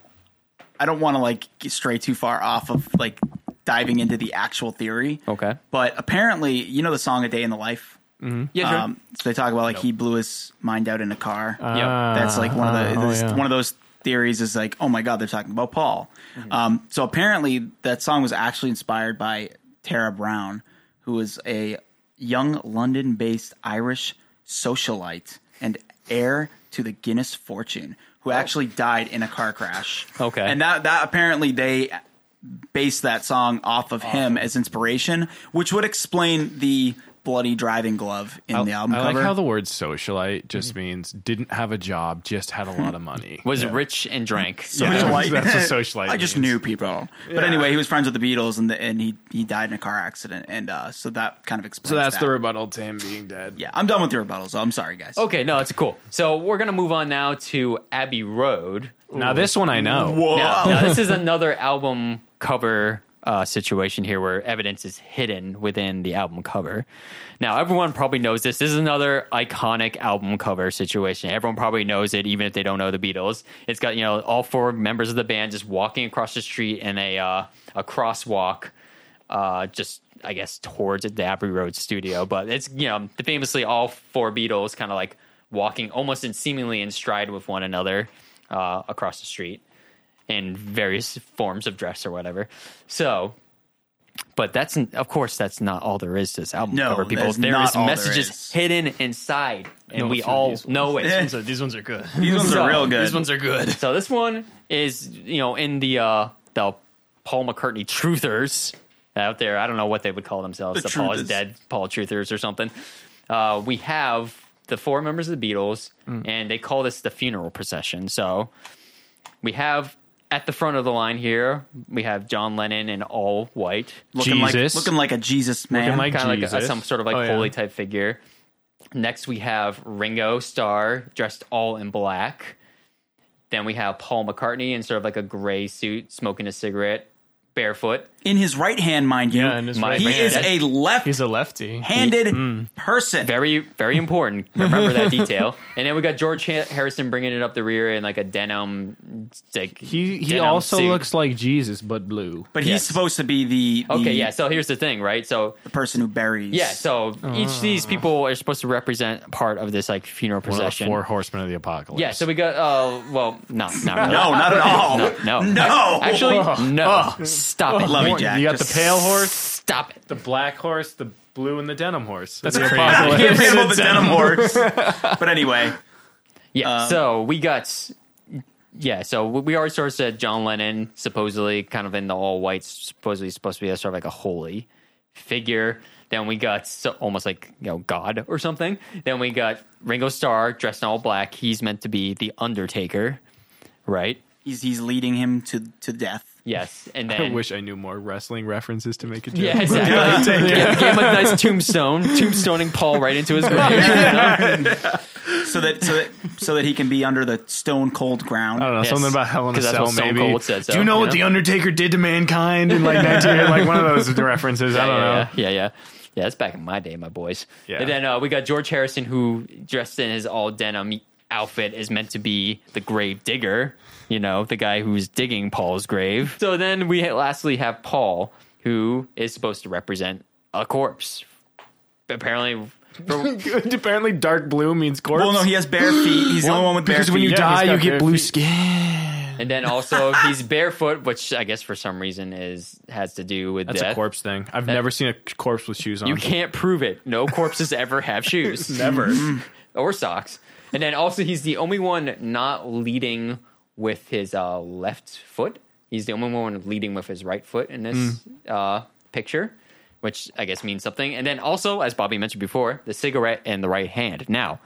[SPEAKER 1] I don't want to like get- stray too far off of like diving into the actual theory.
[SPEAKER 2] Okay.
[SPEAKER 1] But apparently, you know the song "A Day in the Life."
[SPEAKER 2] Yeah. Sure. Uh,
[SPEAKER 1] Um, so they talk about like he blew his mind out in a car.
[SPEAKER 4] Ah.
[SPEAKER 2] yep.
[SPEAKER 1] That's like one of
[SPEAKER 4] Uh,
[SPEAKER 1] the
[SPEAKER 3] oh,
[SPEAKER 1] this-
[SPEAKER 3] yeah.
[SPEAKER 1] one of those theories is like, oh my god, they're talking about Paul.
[SPEAKER 4] Mm-hmm.
[SPEAKER 1] Um, so apparently, that song was actually inspired by Tara Brown, who is a young London-based Irish socialite and heir to the Guinness fortune,
[SPEAKER 4] Oh.
[SPEAKER 1] who actually died in a car crash.
[SPEAKER 2] Okay.
[SPEAKER 1] and that that apparently they based that song off of him as inspiration, which would explain the bloody driving glove in the album
[SPEAKER 4] I
[SPEAKER 1] cover.
[SPEAKER 4] like how the word socialite just
[SPEAKER 2] Mm-hmm.
[SPEAKER 4] means didn't have a job, just had a lot of money.
[SPEAKER 2] Was rich and drank.
[SPEAKER 1] Socialite.
[SPEAKER 4] That's what socialite
[SPEAKER 1] I just
[SPEAKER 4] means.
[SPEAKER 1] knew people. But anyway, he was friends with the Beatles, and the, and he he died in a car accident, and uh, so that kind of explains.
[SPEAKER 4] so that's
[SPEAKER 1] that.
[SPEAKER 4] the rebuttal to him being dead.
[SPEAKER 1] yeah. I'm done with the rebuttals. So I'm sorry, guys.
[SPEAKER 2] Okay, no, that's cool. So we're gonna move on now to Abbey Road.
[SPEAKER 4] Now this one I know.
[SPEAKER 2] Now, now this is another album cover uh, situation here where evidence is hidden within the album cover. Now, everyone probably knows this. This is another iconic album cover situation. Everyone probably knows it, even if they don't know the Beatles. It's got you know all four members of the band just walking across the street in a uh, a crosswalk. Uh, just I guess towards the Abbey Road studio, but it's you know famously all four Beatles kind of like walking almost in seemingly in stride with one another uh, across the street in various forms of dress or whatever. So, but that's of course that's not all there is to this album
[SPEAKER 1] No,
[SPEAKER 2] cover.
[SPEAKER 1] that
[SPEAKER 2] People,
[SPEAKER 1] is
[SPEAKER 2] there
[SPEAKER 1] not
[SPEAKER 2] is
[SPEAKER 1] all there
[SPEAKER 2] messages
[SPEAKER 1] is.
[SPEAKER 2] hidden inside, and
[SPEAKER 3] No,
[SPEAKER 2] we
[SPEAKER 3] it's not
[SPEAKER 2] all
[SPEAKER 3] these ones.
[SPEAKER 2] know it.
[SPEAKER 3] So these ones are good.
[SPEAKER 1] These ones
[SPEAKER 2] So,
[SPEAKER 1] are real good.
[SPEAKER 3] These ones are good.
[SPEAKER 2] So this one is you know in the uh the Paul McCartney truthers out there. I don't know what they would call themselves.
[SPEAKER 1] The
[SPEAKER 2] The, Paul
[SPEAKER 1] truthers.
[SPEAKER 2] is dead, Paul truthers or something. Uh, we have the four members of the Beatles,
[SPEAKER 1] Mm.
[SPEAKER 2] and they call this the funeral procession. So we have at the front of the line here, we have John Lennon in all white,
[SPEAKER 1] looking like
[SPEAKER 4] Jesus.
[SPEAKER 1] looking like a Jesus man.
[SPEAKER 4] like-
[SPEAKER 2] kind of like a,
[SPEAKER 4] Jesus.
[SPEAKER 2] some sort of like
[SPEAKER 4] Oh, yeah.
[SPEAKER 2] holy type figure. Next, we have Ringo Starr dressed all in black. Then we have Paul McCartney in sort of like a gray suit, smoking a cigarette, barefoot.
[SPEAKER 1] in his right hand, mind you.
[SPEAKER 3] Yeah, in his
[SPEAKER 1] he
[SPEAKER 3] right
[SPEAKER 1] is
[SPEAKER 2] hand.
[SPEAKER 1] a
[SPEAKER 3] He's a Mm. lefty.
[SPEAKER 1] left-handed person.
[SPEAKER 2] Very, very important. Remember that detail. And then we got George Ha- Harrison bringing it up the rear in like a denim. Like
[SPEAKER 4] He he
[SPEAKER 2] denim
[SPEAKER 4] also
[SPEAKER 2] suit.
[SPEAKER 4] looks like Jesus but blue.
[SPEAKER 1] but he's
[SPEAKER 2] yes.
[SPEAKER 1] supposed to be the, the
[SPEAKER 2] Okay, yeah. So here's the thing, right? So
[SPEAKER 1] the person who buries.
[SPEAKER 2] yeah, so each of these people are supposed to represent part of this like funeral
[SPEAKER 4] Uh. One of the
[SPEAKER 2] procession.
[SPEAKER 4] four horsemen of the apocalypse.
[SPEAKER 2] Yeah, so we got uh well, no, no,
[SPEAKER 1] No, not at all.
[SPEAKER 2] No, no.
[SPEAKER 1] No.
[SPEAKER 2] Actually,
[SPEAKER 4] Oh.
[SPEAKER 2] no. Stop it.
[SPEAKER 1] Love you,
[SPEAKER 2] Horn.
[SPEAKER 1] Jack.
[SPEAKER 4] you got
[SPEAKER 1] Just
[SPEAKER 4] the pale horse,
[SPEAKER 2] Stop it.
[SPEAKER 4] the black horse, the blue, and the denim horse. That's
[SPEAKER 3] crazy.
[SPEAKER 1] I can't forget about the denim horse. but anyway,
[SPEAKER 2] Yeah.
[SPEAKER 4] Um,
[SPEAKER 2] so we got yeah. So we we already sort of said John Lennon supposedly kind of in the all white, supposedly supposed to be a sort of like a holy figure. Then we got so, almost like you know God or something. Then we got Ringo Starr dressed in all black. He's meant to be the Undertaker, right?
[SPEAKER 1] he's he's leading him to to death.
[SPEAKER 2] Yes. And
[SPEAKER 4] I
[SPEAKER 2] then
[SPEAKER 4] wish I knew more wrestling references to make a joke.
[SPEAKER 2] Yeah, exactly. Yeah, Gave him a nice tombstone, tombstoning Paul right into his grave.
[SPEAKER 1] So that so that so that he can be under the stone cold ground.
[SPEAKER 4] I don't know,
[SPEAKER 2] Yes.
[SPEAKER 4] something about Hell in a
[SPEAKER 2] 'Cause that's
[SPEAKER 4] Cell,
[SPEAKER 2] what Stone
[SPEAKER 4] maybe.
[SPEAKER 2] Cold said, so,
[SPEAKER 4] Do you know
[SPEAKER 2] you
[SPEAKER 4] what
[SPEAKER 2] know?
[SPEAKER 4] The Undertaker did to mankind in like 19, like one of those references? I don't know.
[SPEAKER 2] yeah, yeah, yeah, yeah. Yeah, that's back in my day, my boys.
[SPEAKER 4] Yeah.
[SPEAKER 2] And then uh, we got George Harrison, who dressed in his all denim outfit is meant to be the grave digger, you know, the guy who's digging Paul's grave. So then we ha- lastly have Paul, who is supposed to represent a corpse. Apparently, for,
[SPEAKER 4] Apparently, dark blue means corpse.
[SPEAKER 1] Well, no, he has bare feet. He's the only one with bare
[SPEAKER 4] because
[SPEAKER 1] feet.
[SPEAKER 4] when you
[SPEAKER 3] Yeah,
[SPEAKER 4] die,
[SPEAKER 3] he's got
[SPEAKER 4] you get
[SPEAKER 3] bare
[SPEAKER 4] blue
[SPEAKER 3] feet.
[SPEAKER 4] skin.
[SPEAKER 2] and then also he's barefoot, which I guess for some reason is has to do with
[SPEAKER 4] That's
[SPEAKER 2] death.
[SPEAKER 4] a corpse thing. I've never seen a corpse with shoes on.
[SPEAKER 2] You can't prove it. No corpses ever have shoes.
[SPEAKER 4] never.
[SPEAKER 2] or socks. And then also, he's the only one not leading with his uh, left foot. He's the only one leading with his right foot in this
[SPEAKER 1] Hmm.
[SPEAKER 2] uh, picture, which I guess means something. And then also, as Bobby mentioned before, the cigarette and the right hand. Now,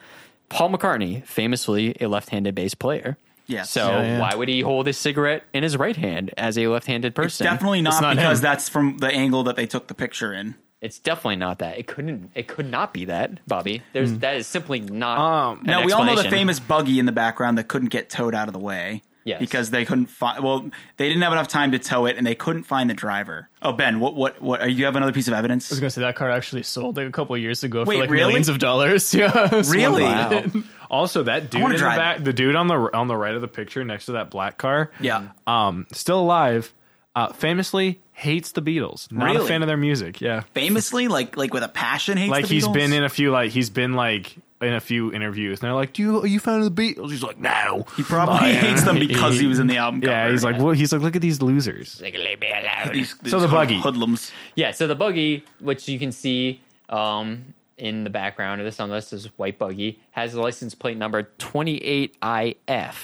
[SPEAKER 2] Paul McCartney, famously a left-handed bass player.
[SPEAKER 1] Yes.
[SPEAKER 2] So
[SPEAKER 1] Yeah,
[SPEAKER 2] why would he hold his cigarette in his right hand as a left-handed person?
[SPEAKER 1] Definitely not,
[SPEAKER 3] not
[SPEAKER 1] because
[SPEAKER 3] him.
[SPEAKER 1] that's from the angle that they took the picture in.
[SPEAKER 2] It's definitely not that. It couldn't. It could not be that, Bobby.
[SPEAKER 1] Hmm.
[SPEAKER 2] There's that is simply not.
[SPEAKER 4] Um,
[SPEAKER 2] an
[SPEAKER 1] Now we all know the
[SPEAKER 2] explanation.
[SPEAKER 1] famous buggy in the background that couldn't get towed out of the way.
[SPEAKER 2] Yes.
[SPEAKER 1] Because they couldn't find. Well, they didn't have enough time to tow it, and they couldn't find the driver. Oh, Ben, what, what, what? Are you have another piece of evidence?
[SPEAKER 3] I was gonna say that car actually sold like a couple years ago
[SPEAKER 1] Wait,
[SPEAKER 3] for like
[SPEAKER 1] really?
[SPEAKER 3] millions of dollars. Yeah, it was
[SPEAKER 1] Really?
[SPEAKER 3] one-
[SPEAKER 2] Wow.
[SPEAKER 4] Also, that dude in
[SPEAKER 1] wanna
[SPEAKER 4] the
[SPEAKER 1] drive
[SPEAKER 4] back, the dude on the on the right of the picture next to that black car,
[SPEAKER 1] Yeah.
[SPEAKER 4] um, still alive, uh, famously hates the Beatles. Not
[SPEAKER 1] Really?
[SPEAKER 4] a fan of their music. Yeah,
[SPEAKER 1] Famously, like like with a passion, hates
[SPEAKER 4] like
[SPEAKER 1] the
[SPEAKER 4] he's
[SPEAKER 1] Beatles?
[SPEAKER 4] been in a few like he's been like in a few interviews, and they're like, "Do you are you fan of the Beatles?" He's like, "No."
[SPEAKER 1] He probably
[SPEAKER 4] Oh,
[SPEAKER 1] hates them because he was in the album.
[SPEAKER 4] Yeah,
[SPEAKER 1] cover.
[SPEAKER 4] he's like, well, he's like, look at these losers.
[SPEAKER 2] Like, leave me alone.
[SPEAKER 1] These- these
[SPEAKER 4] So the
[SPEAKER 1] hood-
[SPEAKER 4] buggy.
[SPEAKER 1] hoodlums.
[SPEAKER 2] Yeah, so the buggy, which you can see um, in the background of this on this is white buggy, has the license plate number 28IF.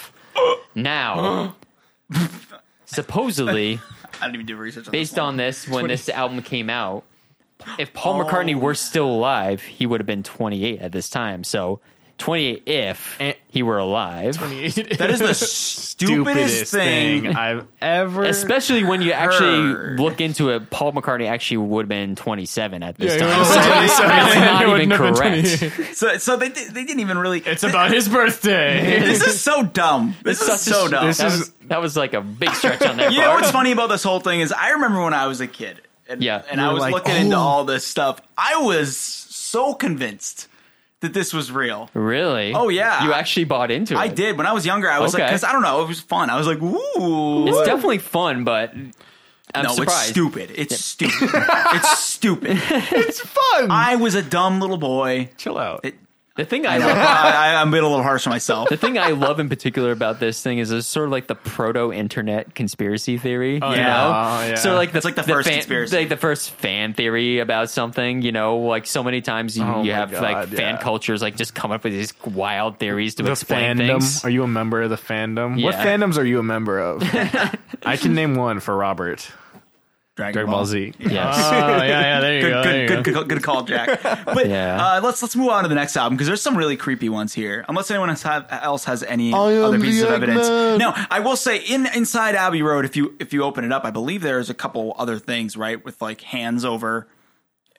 [SPEAKER 2] now, supposedly,
[SPEAKER 1] I didn't even do research on
[SPEAKER 2] based
[SPEAKER 1] this
[SPEAKER 2] on this, when this album came out, if
[SPEAKER 4] Oh.
[SPEAKER 2] Paul McCartney were still alive, he would have been 28 at this time. So 28 if
[SPEAKER 4] Eh.
[SPEAKER 2] he were alive.
[SPEAKER 1] That is the stupidest, thing.
[SPEAKER 4] I've ever.
[SPEAKER 2] Especially when you actually
[SPEAKER 1] Heard.
[SPEAKER 2] look into it, Paul McCartney actually would have been 27 at this time.
[SPEAKER 4] would've been
[SPEAKER 2] So it's
[SPEAKER 4] It
[SPEAKER 2] not even
[SPEAKER 4] wouldn't have been
[SPEAKER 2] correct.
[SPEAKER 4] 28.
[SPEAKER 1] So, so they di- they didn't even really.
[SPEAKER 4] It's about his birthday.
[SPEAKER 1] this is so dumb. This is
[SPEAKER 2] such a-
[SPEAKER 1] so dumb.
[SPEAKER 4] this
[SPEAKER 2] that
[SPEAKER 4] is-
[SPEAKER 2] was, that was like a big stretch on their
[SPEAKER 1] You know
[SPEAKER 2] part.
[SPEAKER 1] what's funny about this whole thing is I remember when I was a kid. And,
[SPEAKER 2] Yeah.
[SPEAKER 1] and
[SPEAKER 4] You
[SPEAKER 1] I
[SPEAKER 4] were
[SPEAKER 1] was
[SPEAKER 4] like,
[SPEAKER 1] looking into
[SPEAKER 4] "Oh."
[SPEAKER 1] all this stuff. I was so convinced that this was real.
[SPEAKER 2] Really?
[SPEAKER 1] Oh, yeah.
[SPEAKER 2] You actually bought into it.
[SPEAKER 1] I did when I was younger. I was like,
[SPEAKER 2] Okay.
[SPEAKER 1] because I don't know, it was fun. I was like, ooh,
[SPEAKER 2] It's definitely fun, but I'm
[SPEAKER 1] no,
[SPEAKER 2] surprised.
[SPEAKER 1] it's stupid. It's stupid. it's stupid.
[SPEAKER 4] it's fun.
[SPEAKER 1] I was a dumb little boy.
[SPEAKER 4] Chill out.
[SPEAKER 1] It,
[SPEAKER 2] The thing I
[SPEAKER 1] I,
[SPEAKER 2] love,
[SPEAKER 1] I, I'm being a little harsh on myself.
[SPEAKER 2] the thing I love in particular about this thing is it's sort of like the proto-internet conspiracy theory. you
[SPEAKER 1] yeah.
[SPEAKER 2] know,
[SPEAKER 4] Oh, yeah.
[SPEAKER 2] so like the,
[SPEAKER 1] It's like the first
[SPEAKER 2] fan,
[SPEAKER 1] conspiracy.
[SPEAKER 2] like the first fan theory about something. You know, like so many times you,
[SPEAKER 4] Oh
[SPEAKER 2] you
[SPEAKER 4] my
[SPEAKER 2] have like
[SPEAKER 4] God,
[SPEAKER 2] fan
[SPEAKER 4] yeah.
[SPEAKER 2] cultures like just come up with these wild theories to
[SPEAKER 4] the
[SPEAKER 2] explain
[SPEAKER 4] fandom.
[SPEAKER 2] things.
[SPEAKER 4] Are you a member of the fandom? What
[SPEAKER 2] Yeah.
[SPEAKER 4] fandoms are you a member of? I can name one for Robert. Dragon Ball Z.
[SPEAKER 2] yes.
[SPEAKER 3] Oh yeah, yeah. There you
[SPEAKER 1] Good,
[SPEAKER 3] go. there you
[SPEAKER 1] good,
[SPEAKER 3] go.
[SPEAKER 1] good, good, good call, Jack. But
[SPEAKER 2] Yeah.
[SPEAKER 1] uh, let's let's move on to the next album because there's some really creepy ones here. Unless anyone else, have, else has any
[SPEAKER 4] I am
[SPEAKER 1] other pieces
[SPEAKER 4] the
[SPEAKER 1] of evidence.
[SPEAKER 4] Eggman.
[SPEAKER 1] No, I will say in inside Abbey Road, if you if you open it up, I believe there's a couple other things right with like hands over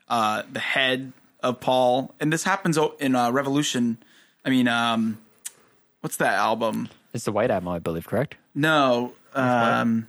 [SPEAKER 1] uh, the head of Paul, and this happens o- in uh, Revolution. I mean, um, what's that album?
[SPEAKER 2] It's the White Album, I believe, correct?
[SPEAKER 1] No, um,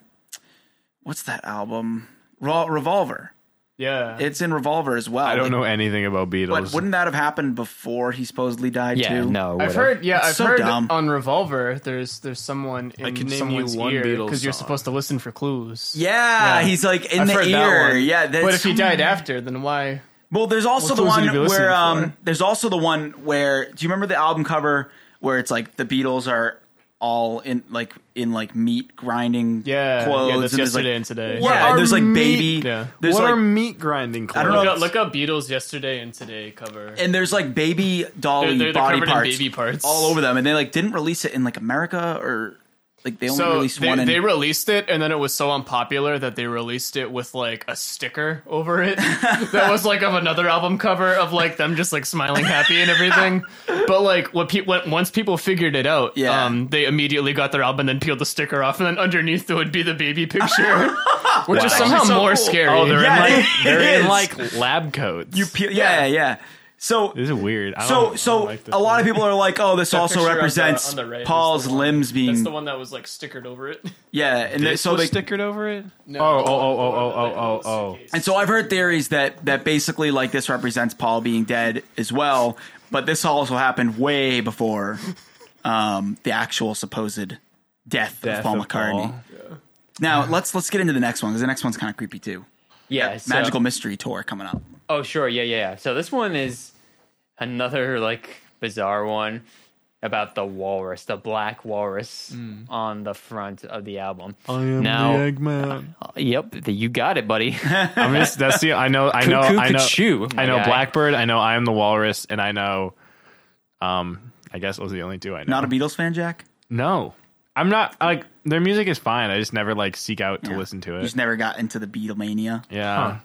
[SPEAKER 1] what's that album? Ra- Revolver.
[SPEAKER 3] Yeah.
[SPEAKER 1] It's in Revolver as well.
[SPEAKER 4] I don't know anything about
[SPEAKER 1] But
[SPEAKER 4] Beatles.
[SPEAKER 1] wouldn't that have happened before he supposedly died
[SPEAKER 2] Yeah,
[SPEAKER 1] too?
[SPEAKER 2] no.
[SPEAKER 3] I've
[SPEAKER 2] would've.
[SPEAKER 3] heard, yeah, I've
[SPEAKER 1] so
[SPEAKER 3] heard
[SPEAKER 1] dumb.
[SPEAKER 3] on Revolver. There's there's someone
[SPEAKER 4] can
[SPEAKER 3] in
[SPEAKER 4] name you
[SPEAKER 3] someone's
[SPEAKER 4] one
[SPEAKER 3] ear
[SPEAKER 4] Beatles
[SPEAKER 3] because you're
[SPEAKER 4] song.
[SPEAKER 3] supposed to listen for clues.
[SPEAKER 1] Yeah,
[SPEAKER 3] Yeah.
[SPEAKER 1] he's like in
[SPEAKER 3] I've
[SPEAKER 1] the
[SPEAKER 3] heard that
[SPEAKER 1] ear.
[SPEAKER 3] one.
[SPEAKER 1] Yeah, that's,
[SPEAKER 3] But if he died after, then why?
[SPEAKER 1] well, there's also
[SPEAKER 3] What
[SPEAKER 1] the
[SPEAKER 3] clues
[SPEAKER 1] one
[SPEAKER 3] would you be listening
[SPEAKER 1] where um,
[SPEAKER 3] for?
[SPEAKER 1] there's also the one where do you remember the album cover where it's like the Beatles are all in like in like meat grinding
[SPEAKER 3] Yeah, yeah,
[SPEAKER 1] clothes
[SPEAKER 3] that's
[SPEAKER 1] and there's, like-
[SPEAKER 3] yesterday and today.
[SPEAKER 1] Yeah,
[SPEAKER 4] What
[SPEAKER 1] and there's
[SPEAKER 4] are
[SPEAKER 1] like
[SPEAKER 4] meat-
[SPEAKER 1] baby.
[SPEAKER 3] Yeah.
[SPEAKER 1] There's
[SPEAKER 4] what
[SPEAKER 1] like
[SPEAKER 4] are meat grinding clubs?
[SPEAKER 1] don't know.
[SPEAKER 3] Look up, look up Beatles yesterday and today cover.
[SPEAKER 1] and there's like baby dolly
[SPEAKER 3] They're- they're
[SPEAKER 1] body
[SPEAKER 3] covered in
[SPEAKER 1] parts,
[SPEAKER 3] baby parts.
[SPEAKER 1] all over them, and they like didn't release it in like America or like they only
[SPEAKER 3] so
[SPEAKER 1] released
[SPEAKER 3] they,
[SPEAKER 1] one. In,
[SPEAKER 3] they released it, and then it was so unpopular that they released it with like a sticker over it that was like of another album cover of like them just like smiling happy and everything. But like what pe- when, once people figured it out,
[SPEAKER 1] Yeah.
[SPEAKER 3] um, they immediately got their album and then peeled the sticker off, and then underneath there would be the baby picture, which is somehow
[SPEAKER 1] So
[SPEAKER 3] more
[SPEAKER 1] cool.
[SPEAKER 3] scary.
[SPEAKER 4] Oh, they're
[SPEAKER 1] Yeah,
[SPEAKER 4] in like
[SPEAKER 1] it
[SPEAKER 4] they're
[SPEAKER 1] is.
[SPEAKER 4] in like lab coats. You
[SPEAKER 1] yeah, yeah, yeah. So
[SPEAKER 4] this is weird. I
[SPEAKER 1] So,
[SPEAKER 3] Oh,
[SPEAKER 4] don't, I
[SPEAKER 1] so
[SPEAKER 4] don't like this
[SPEAKER 1] a lot of people are like, "Oh, this also
[SPEAKER 3] picture on the-
[SPEAKER 1] represents
[SPEAKER 3] on the right is
[SPEAKER 1] Paul's
[SPEAKER 3] the one.
[SPEAKER 1] limbs
[SPEAKER 3] That's
[SPEAKER 1] being
[SPEAKER 3] the one that was like stickered over it.
[SPEAKER 1] yeah." And they,
[SPEAKER 4] This
[SPEAKER 1] so
[SPEAKER 4] was
[SPEAKER 1] they
[SPEAKER 4] stickered over it.
[SPEAKER 3] No,
[SPEAKER 4] Oh, oh, oh, oh, oh, oh, oh, oh.
[SPEAKER 1] and so I've heard theories that that basically like this represents Paul being dead as well, but this also happened way before um, the actual supposed death, of
[SPEAKER 4] Death
[SPEAKER 1] Paul
[SPEAKER 4] of
[SPEAKER 1] McCartney.
[SPEAKER 4] Paul.
[SPEAKER 1] Now let's let's get into the next one because the next one's kind of creepy too.
[SPEAKER 2] Yeah, so-
[SPEAKER 1] Magical Mystery Tour coming up.
[SPEAKER 2] Oh, sure. Yeah, yeah. yeah. So this one is another like bizarre one about the walrus, the black walrus on the front of the album.
[SPEAKER 4] Mm. I am
[SPEAKER 2] Now- uh,
[SPEAKER 4] the Eggman.
[SPEAKER 2] Yep, th- you got it, buddy.
[SPEAKER 4] I'm just, that's the I know I know
[SPEAKER 2] Cuckoo,
[SPEAKER 4] I know
[SPEAKER 2] cuckoo, my
[SPEAKER 4] I know
[SPEAKER 2] guy.
[SPEAKER 4] Blackbird. I know I am the Walrus, and I know. Um, I guess those are the only two I know.
[SPEAKER 1] Not a Beatles fan, Jack.
[SPEAKER 4] no, I'm not like their music is fine. I just never like seek out to
[SPEAKER 1] Yeah.
[SPEAKER 4] listen to
[SPEAKER 1] You
[SPEAKER 4] it.
[SPEAKER 1] just never got into the Beatlemania.
[SPEAKER 4] Yeah.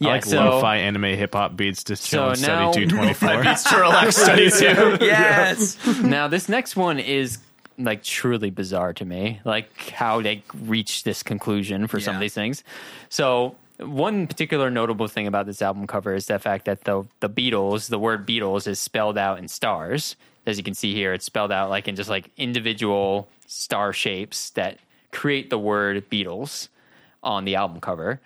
[SPEAKER 2] Yeah,
[SPEAKER 4] I like
[SPEAKER 2] so
[SPEAKER 4] lo-fi anime hip hop beats to chill
[SPEAKER 2] so now-
[SPEAKER 4] and study 224.
[SPEAKER 3] Beats to relax study too.
[SPEAKER 1] Yes.
[SPEAKER 2] now this next one is like truly bizarre to me, like how they reached this conclusion for some
[SPEAKER 1] Yeah.
[SPEAKER 2] of these things. So one particular notable thing about this album cover is the fact that the the Beatles, the word Beatles, is spelled out in stars. As you can see here, it's spelled out like in just like individual star shapes that create the word Beatles on the album cover.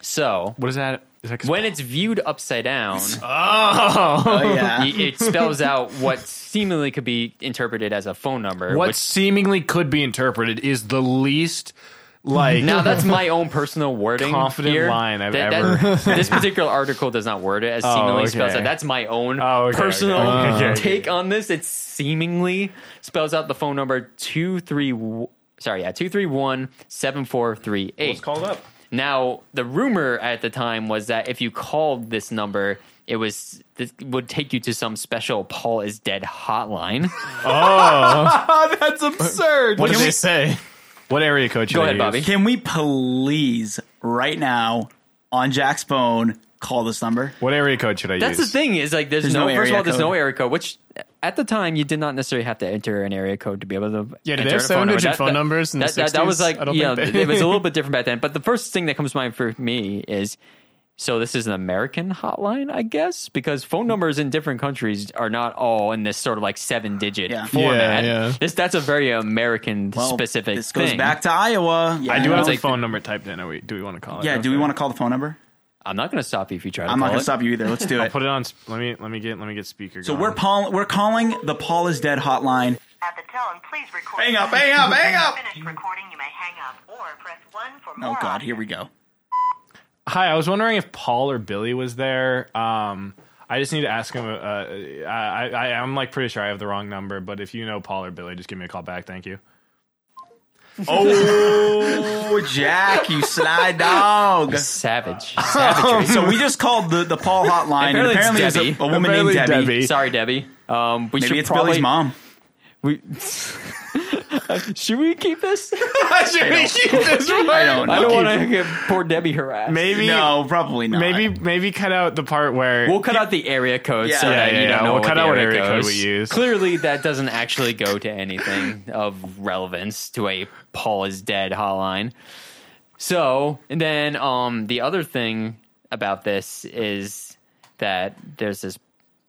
[SPEAKER 2] So
[SPEAKER 4] what is that? Is that
[SPEAKER 2] when it's viewed upside down,
[SPEAKER 1] Oh yeah.
[SPEAKER 2] it it spells out what seemingly could be interpreted as a phone number.
[SPEAKER 4] what
[SPEAKER 2] Which,
[SPEAKER 4] seemingly could be interpreted is the least like
[SPEAKER 2] now that's my own personal wording.
[SPEAKER 4] Confident
[SPEAKER 2] here.
[SPEAKER 4] line I've
[SPEAKER 2] That- that-
[SPEAKER 4] ever Oh,
[SPEAKER 2] This particular article does not word it as seemingly spells
[SPEAKER 4] okay.
[SPEAKER 2] out. That's my own
[SPEAKER 4] Oh, okay,
[SPEAKER 2] personal
[SPEAKER 4] okay. Okay, okay.
[SPEAKER 2] take on this. It seemingly spells out the phone number two three. Sorry, yeah, two three one seven four three eight.
[SPEAKER 4] called up.
[SPEAKER 2] Now, the rumor at the time was that if you called this number, it was this would take you to some special Paul is dead hotline.
[SPEAKER 4] That's absurd.
[SPEAKER 3] What
[SPEAKER 4] What,
[SPEAKER 3] did they say?
[SPEAKER 4] what area code? should
[SPEAKER 2] Go
[SPEAKER 4] I
[SPEAKER 2] ahead,
[SPEAKER 4] use?
[SPEAKER 2] Bobby.
[SPEAKER 1] Can we please right now on Jack's phone call this number?
[SPEAKER 4] What area code should I
[SPEAKER 2] That's the
[SPEAKER 4] use?
[SPEAKER 2] thing is like there's,
[SPEAKER 1] There's
[SPEAKER 2] no,
[SPEAKER 1] no
[SPEAKER 2] first of
[SPEAKER 1] area
[SPEAKER 2] all there's no
[SPEAKER 1] code.
[SPEAKER 2] area code which at the time you did not necessarily have to enter an area code to be able to
[SPEAKER 3] Yeah, did
[SPEAKER 2] enter
[SPEAKER 3] they have
[SPEAKER 2] a phone number.
[SPEAKER 3] seven-digit phone numbers in the
[SPEAKER 2] that, that, that was
[SPEAKER 3] 60s?
[SPEAKER 2] like
[SPEAKER 3] I don't
[SPEAKER 2] yeah
[SPEAKER 3] think they-
[SPEAKER 2] it was a little bit different back then but the first thing that comes to mind for me is so this is an American hotline I guess because phone numbers in different countries are not all in this sort of like seven digit
[SPEAKER 1] Yeah.
[SPEAKER 2] format
[SPEAKER 3] Yeah, yeah.
[SPEAKER 2] This, that's a very American
[SPEAKER 1] Well,
[SPEAKER 2] specific
[SPEAKER 1] This goes
[SPEAKER 2] thing.
[SPEAKER 1] back to Iowa. Yeah.
[SPEAKER 4] I do have
[SPEAKER 2] It's
[SPEAKER 4] a
[SPEAKER 2] like-
[SPEAKER 4] phone number typed in. Are we, do we want to call it?
[SPEAKER 1] Yeah. Do we want to call the phone number?
[SPEAKER 2] I'm not going to stop you if you try to
[SPEAKER 1] I'm not
[SPEAKER 2] call
[SPEAKER 1] going
[SPEAKER 2] it.
[SPEAKER 1] to stop you either. Let's do
[SPEAKER 4] to
[SPEAKER 1] it.
[SPEAKER 4] put it on? sp- Let me let me get let me get speaker.
[SPEAKER 1] So
[SPEAKER 4] going.
[SPEAKER 1] we're Paul, we're calling the Paul is dead hotline.
[SPEAKER 5] At the tone, please record.
[SPEAKER 1] Hang up, hang up, hang up.
[SPEAKER 5] Finish recording, you may hang up or press 1 for more.
[SPEAKER 1] Oh God,
[SPEAKER 5] options.
[SPEAKER 1] here we go.
[SPEAKER 4] Hi, I was wondering if Paul or Billy was there. Um, I just need to ask him. Uh, I, I, I'm like pretty sure I have the wrong number, but if you know Paul or Billy, just give me a call back. Thank you.
[SPEAKER 1] Oh, Jack, you sly dog.
[SPEAKER 2] Savage.
[SPEAKER 1] So we just called the, the Paul hotline, and apparently
[SPEAKER 2] Apparently it's
[SPEAKER 1] it's a,
[SPEAKER 2] Debbie.
[SPEAKER 1] a woman
[SPEAKER 4] Apparently
[SPEAKER 1] named Debbie.
[SPEAKER 4] Debbie.
[SPEAKER 2] Sorry, Debbie. Um, we should
[SPEAKER 1] Maybe it's
[SPEAKER 2] probably,
[SPEAKER 1] Billy's mom.
[SPEAKER 2] We, should we keep this?
[SPEAKER 1] I don't know.
[SPEAKER 2] I don't want to get poor Debbie harassed.
[SPEAKER 4] Maybe,
[SPEAKER 1] No, probably not.
[SPEAKER 4] maybe, maybe cut out the part where
[SPEAKER 2] We'll cut out the area code so
[SPEAKER 1] Yeah,
[SPEAKER 2] that
[SPEAKER 4] yeah,
[SPEAKER 2] you
[SPEAKER 4] yeah.
[SPEAKER 2] don't know
[SPEAKER 4] We'll
[SPEAKER 2] what
[SPEAKER 4] cut
[SPEAKER 2] the
[SPEAKER 4] out what
[SPEAKER 2] area,
[SPEAKER 4] area code
[SPEAKER 2] goes.
[SPEAKER 4] we use.
[SPEAKER 2] Clearly, that doesn't actually go to anything of relevance to a Paul is dead hotline. So, and then um, the other thing about this is that there's this.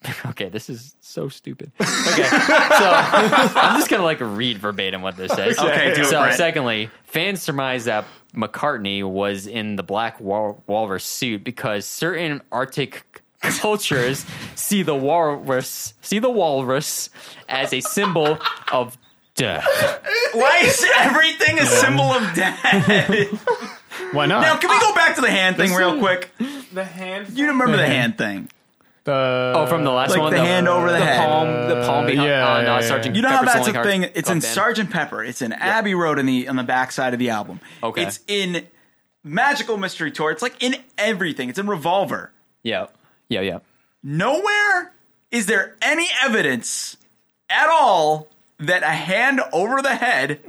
[SPEAKER 2] Okay, this is so stupid. Okay, so I'm just gonna like read verbatim what this says.
[SPEAKER 1] Okay, do it,
[SPEAKER 2] so
[SPEAKER 1] Brett.
[SPEAKER 2] secondly, fans surmise that McCartney was in the black wal- walrus suit because certain Arctic cultures see the walrus see the walrus as a symbol of death.
[SPEAKER 1] Why is everything a symbol of death?
[SPEAKER 4] why not?
[SPEAKER 1] now, can we go back to the hand thing real quick?
[SPEAKER 4] the hand.
[SPEAKER 1] You remember the hand thing?
[SPEAKER 3] The
[SPEAKER 2] Oh, from the last
[SPEAKER 1] Like
[SPEAKER 2] one,
[SPEAKER 1] the hand over the head.
[SPEAKER 2] palm, the palm behind,
[SPEAKER 3] yeah,
[SPEAKER 2] uh,
[SPEAKER 3] yeah,
[SPEAKER 2] not
[SPEAKER 3] yeah.
[SPEAKER 2] Sergeant.
[SPEAKER 1] You know how
[SPEAKER 2] Pepper's
[SPEAKER 1] that's
[SPEAKER 2] Lonely
[SPEAKER 1] a
[SPEAKER 2] Heart-
[SPEAKER 1] thing. It's
[SPEAKER 2] Oh,
[SPEAKER 1] in
[SPEAKER 2] damn.
[SPEAKER 1] Sergeant Pepper. It's in Abbey Road in the on the backside of the album.
[SPEAKER 2] Okay.
[SPEAKER 1] It's in Magical Mystery Tour. It's like in everything. It's in Revolver.
[SPEAKER 2] Yeah, yeah, yeah.
[SPEAKER 1] Nowhere is there any evidence at all that a hand over the head,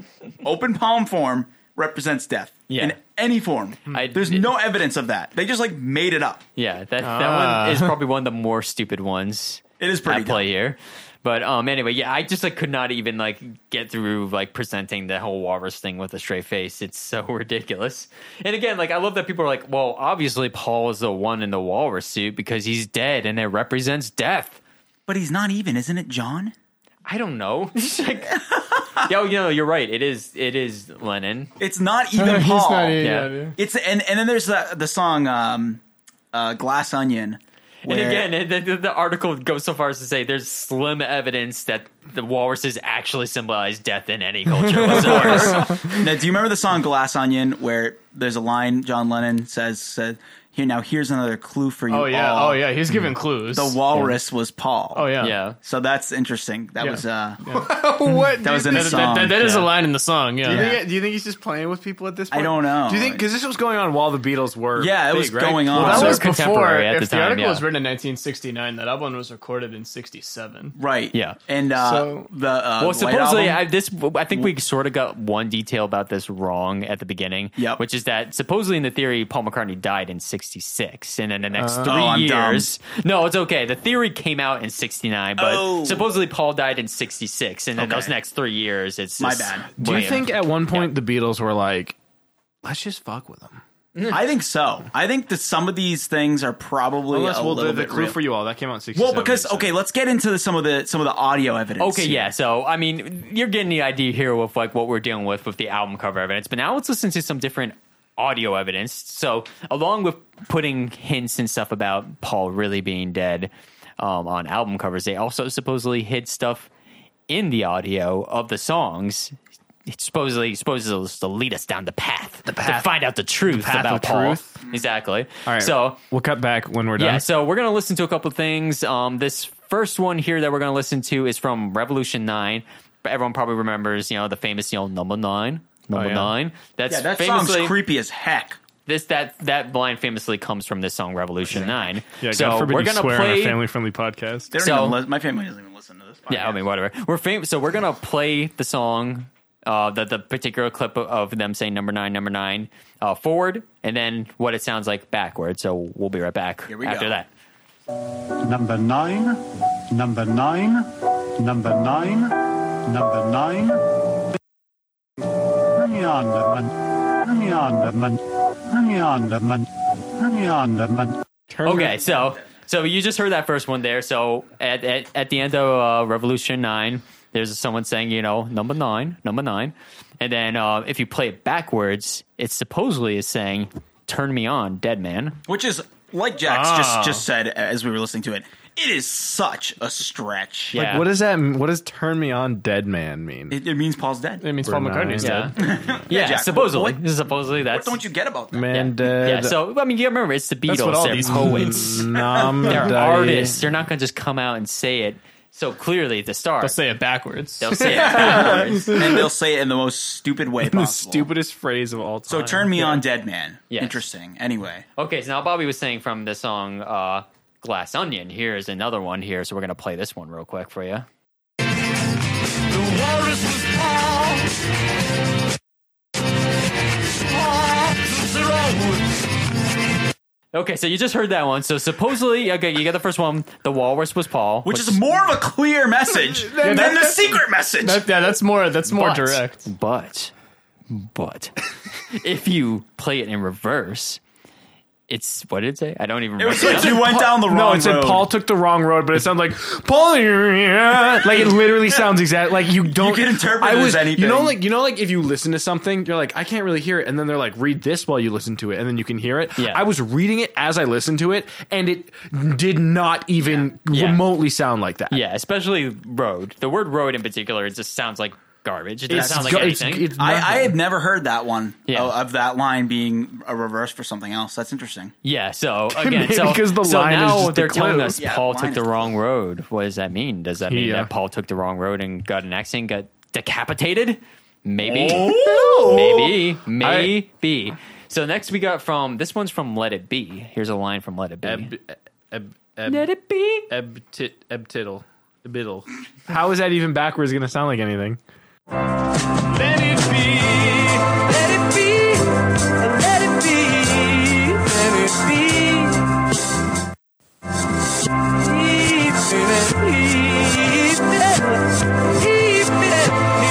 [SPEAKER 1] open palm form, represents death
[SPEAKER 2] Yeah.
[SPEAKER 1] in any form.
[SPEAKER 2] I-
[SPEAKER 1] There's no evidence of that. They just like made it up.
[SPEAKER 2] Yeah, that, that
[SPEAKER 4] Ah.
[SPEAKER 2] one is probably one of the more stupid ones
[SPEAKER 1] It is pretty
[SPEAKER 2] at play here. But um, anyway, yeah, I just like could not even like get through like presenting the whole walrus thing with a straight face. It's so ridiculous. And again, like I love that people are like, well, obviously Paul is the one in the walrus suit because he's dead and it represents death.
[SPEAKER 1] But he's not even, isn't it, John?
[SPEAKER 2] I don't know. It's like, yo, you know, you're right. It is. It is Lennon.
[SPEAKER 1] It's not
[SPEAKER 6] Oh,
[SPEAKER 1] even Paul.
[SPEAKER 2] Yeah.
[SPEAKER 1] It's and and then there's the the song um, uh, Glass Onion.
[SPEAKER 2] And
[SPEAKER 1] where-
[SPEAKER 2] again, and the, the, the article goes so far as to say there's slim evidence that the walruses actually symbolize death in any culture whatsoever.
[SPEAKER 1] Now, do you remember the song Glass Onion where there's a line John Lennon says said Here now, here's another clue for you.
[SPEAKER 3] Oh yeah,
[SPEAKER 1] all.
[SPEAKER 3] oh yeah, he's giving clues.
[SPEAKER 1] The walrus was Paul.
[SPEAKER 3] oh yeah,
[SPEAKER 2] yeah.
[SPEAKER 1] So that's interesting. That
[SPEAKER 3] Yeah.
[SPEAKER 1] was uh,
[SPEAKER 6] what?
[SPEAKER 1] that was in a
[SPEAKER 3] That, that-
[SPEAKER 1] song.
[SPEAKER 3] that- that is
[SPEAKER 2] yeah.
[SPEAKER 3] a line in the song. Yeah,
[SPEAKER 6] Do you, think, do you think he's just playing with people at this
[SPEAKER 1] I
[SPEAKER 6] point?
[SPEAKER 1] don't know.
[SPEAKER 6] Do you think because this was going on while the Beatles were?
[SPEAKER 1] Yeah, it
[SPEAKER 6] big,
[SPEAKER 1] was
[SPEAKER 6] right?
[SPEAKER 1] going on.
[SPEAKER 3] Well, that
[SPEAKER 2] So
[SPEAKER 3] was
[SPEAKER 2] it's contemporary
[SPEAKER 3] before.
[SPEAKER 2] at the
[SPEAKER 3] if
[SPEAKER 2] time,
[SPEAKER 3] the article
[SPEAKER 2] yeah.
[SPEAKER 3] was written in 1969, that album was recorded in '67.
[SPEAKER 1] right.
[SPEAKER 2] Yeah.
[SPEAKER 1] And uh,
[SPEAKER 6] So-
[SPEAKER 1] the uh,
[SPEAKER 2] Well,
[SPEAKER 1] White
[SPEAKER 2] supposedly,
[SPEAKER 1] Album-
[SPEAKER 2] I, this I think we sort of got one detail about this wrong at the beginning,
[SPEAKER 1] Yep.
[SPEAKER 2] which is that supposedly in the theory, Paul McCartney died in '66, and in the next three
[SPEAKER 1] Oh, I'm dumb.
[SPEAKER 2] years, no, it's okay. The theory came out in '69, but
[SPEAKER 1] Oh.
[SPEAKER 2] supposedly Paul died in '66, and in
[SPEAKER 1] Okay.
[SPEAKER 2] those next three years, it's
[SPEAKER 1] My
[SPEAKER 2] just
[SPEAKER 1] bad.
[SPEAKER 4] Do you
[SPEAKER 2] William.
[SPEAKER 4] think at one point the Beatles were like, let's just fuck with them?
[SPEAKER 1] I think so. I think that some of these things are probably
[SPEAKER 4] Unless
[SPEAKER 1] a
[SPEAKER 4] we'll do
[SPEAKER 1] little
[SPEAKER 4] the
[SPEAKER 1] bit
[SPEAKER 4] clue
[SPEAKER 1] real.
[SPEAKER 4] for you all. That came out in 67.
[SPEAKER 1] Well, because
[SPEAKER 4] so-
[SPEAKER 1] okay, let's get into some of the some of the audio evidence.
[SPEAKER 2] Okay,
[SPEAKER 1] here.
[SPEAKER 2] yeah. So I mean, you're getting the idea here with like what we're dealing with with the album cover evidence, but now let's listen to some different audio evidence. So along with putting hints and stuff about Paul really being dead um, on album covers, they also supposedly hid stuff in the audio of the songs. It supposedly supposedly to lead us down the path, the
[SPEAKER 4] path-
[SPEAKER 2] to find out the truth
[SPEAKER 4] path
[SPEAKER 2] about
[SPEAKER 4] of
[SPEAKER 2] Paul.
[SPEAKER 4] truth.
[SPEAKER 2] Exactly.
[SPEAKER 4] All right.
[SPEAKER 2] So
[SPEAKER 4] we'll cut back when we're done.
[SPEAKER 2] yeah, so we're gonna listen to a couple of things. Um, this first one here that we're gonna listen to is from Revolution Nine. Everyone probably remembers, you know, the famous, you know, number nine, number
[SPEAKER 4] Oh, yeah.
[SPEAKER 2] nine. That's
[SPEAKER 1] yeah, that
[SPEAKER 2] famously
[SPEAKER 1] song's creepy as heck.
[SPEAKER 2] this that that line famously comes from this song Revolution Nine.
[SPEAKER 4] Yeah,
[SPEAKER 2] so
[SPEAKER 4] God forbid
[SPEAKER 2] we're
[SPEAKER 4] you
[SPEAKER 2] gonna
[SPEAKER 4] swear on
[SPEAKER 2] play.
[SPEAKER 4] a family-friendly podcast.
[SPEAKER 1] They don't
[SPEAKER 2] So-
[SPEAKER 1] even li- my family doesn't even listen to this. Podcast.
[SPEAKER 2] yeah, I mean, whatever. We're famous, so we're gonna play the song. Uh, the, the particular clip of them saying number nine, number nine, uh, forward, and then what it sounds like backward. So we'll be right back
[SPEAKER 1] Here we go.
[SPEAKER 2] after that.
[SPEAKER 7] Number nine, number nine, number nine, number nine. Anyanderman, Anyanderman, Anyanderman, Anyanderman.
[SPEAKER 2] Okay, so so you just heard that first one there. So at at, at the end of uh, Revolution Nine, there's someone saying, you know, number nine, number nine, and then uh, if you play it backwards, it supposedly is saying, "Turn me on, dead man."
[SPEAKER 1] which is like Jax just just said as we were listening to it. It is such a stretch.
[SPEAKER 2] Yeah.
[SPEAKER 4] What does that? mean? What does "turn me on, dead man" mean?
[SPEAKER 1] It, it means Paul's dead.
[SPEAKER 3] It means
[SPEAKER 4] We're
[SPEAKER 3] Paul
[SPEAKER 4] not-
[SPEAKER 3] McCartney's
[SPEAKER 2] yeah,
[SPEAKER 3] dead.
[SPEAKER 2] yeah,
[SPEAKER 1] Jack,
[SPEAKER 2] supposedly,
[SPEAKER 1] what-
[SPEAKER 2] supposedly that's
[SPEAKER 1] What don't you get about that?
[SPEAKER 4] Man
[SPEAKER 2] yeah.
[SPEAKER 4] dead.
[SPEAKER 2] Yeah, so I mean, you remember it's the Beatles.
[SPEAKER 3] what all
[SPEAKER 2] they're
[SPEAKER 3] these
[SPEAKER 2] poets.
[SPEAKER 4] Nom
[SPEAKER 2] they're
[SPEAKER 4] die.
[SPEAKER 2] artists. They're not going to just come out and say it so clearly at the start.
[SPEAKER 3] I'll say it backwards.
[SPEAKER 2] They'll say it backwards.
[SPEAKER 1] and they'll say it in the most stupid way
[SPEAKER 4] The
[SPEAKER 1] possible.
[SPEAKER 4] stupidest phrase of all
[SPEAKER 1] So
[SPEAKER 4] time.
[SPEAKER 1] turn me on, dead man.
[SPEAKER 2] Yes.
[SPEAKER 1] Interesting. Anyway,
[SPEAKER 2] Okay, so now Bobby was saying from the song uh, Glass Onion. Here's another one here, so we're going to play this one real quick for you. Okay, so you just heard that one. So supposedly, okay, you got the first one. The walrus was Paul,
[SPEAKER 1] which is more of a clear message than the secret message.
[SPEAKER 3] That- yeah, that's more. That's more
[SPEAKER 2] but,
[SPEAKER 3] direct.
[SPEAKER 2] But, but, if you play it in reverse, it's what did it say? I don't even.
[SPEAKER 1] It was
[SPEAKER 2] remember.
[SPEAKER 1] like you went down the wrong
[SPEAKER 4] No, it said
[SPEAKER 1] road.
[SPEAKER 4] Paul took the wrong road, but it sounds like Paul. Like it literally sounds exact. Like you don't.
[SPEAKER 1] can interpret
[SPEAKER 4] I
[SPEAKER 1] it as
[SPEAKER 4] was,
[SPEAKER 1] anything.
[SPEAKER 4] You know, like you know, like if you listen to something, you're like, I can't really hear it, and then they're like, read this while you listen to it, and then you can hear it.
[SPEAKER 2] Yeah.
[SPEAKER 4] I was reading it as I listened to it, and it did not even
[SPEAKER 2] Yeah.
[SPEAKER 4] remotely sound like that.
[SPEAKER 2] Yeah, especially road. The word road in particular, it just sounds like garbage. It doesn't
[SPEAKER 4] It's
[SPEAKER 2] sound like
[SPEAKER 4] go- it's-
[SPEAKER 2] anything.
[SPEAKER 4] it's
[SPEAKER 1] I,
[SPEAKER 4] nothing.
[SPEAKER 1] I had never heard that one
[SPEAKER 2] Yeah.
[SPEAKER 1] uh, of that line being a reverse for something else. That's interesting.
[SPEAKER 2] yeah, so again,
[SPEAKER 4] Maybe
[SPEAKER 2] so,
[SPEAKER 4] because the
[SPEAKER 2] so
[SPEAKER 4] line is
[SPEAKER 2] now
[SPEAKER 4] just a
[SPEAKER 2] they're telling
[SPEAKER 4] clue.
[SPEAKER 2] us
[SPEAKER 1] Yeah,
[SPEAKER 2] Paul
[SPEAKER 1] the
[SPEAKER 2] took
[SPEAKER 1] line
[SPEAKER 2] the
[SPEAKER 1] is-
[SPEAKER 2] wrong road. What does that mean? Does that mean
[SPEAKER 4] Yeah.
[SPEAKER 2] that Paul took the wrong road and got an accident, got decapitated? Maybe.
[SPEAKER 4] Oh.
[SPEAKER 2] Maybe. Maybe. so next we got from this one's from Let It Be. Here's a line from Let It Be.
[SPEAKER 4] Eb-
[SPEAKER 2] Let
[SPEAKER 4] eb-
[SPEAKER 2] it be.
[SPEAKER 4] eb- tit- eb- tittle. Biddle. How is that even backwards going to sound like anything?
[SPEAKER 3] Let it be. Let it be. Let it be. Let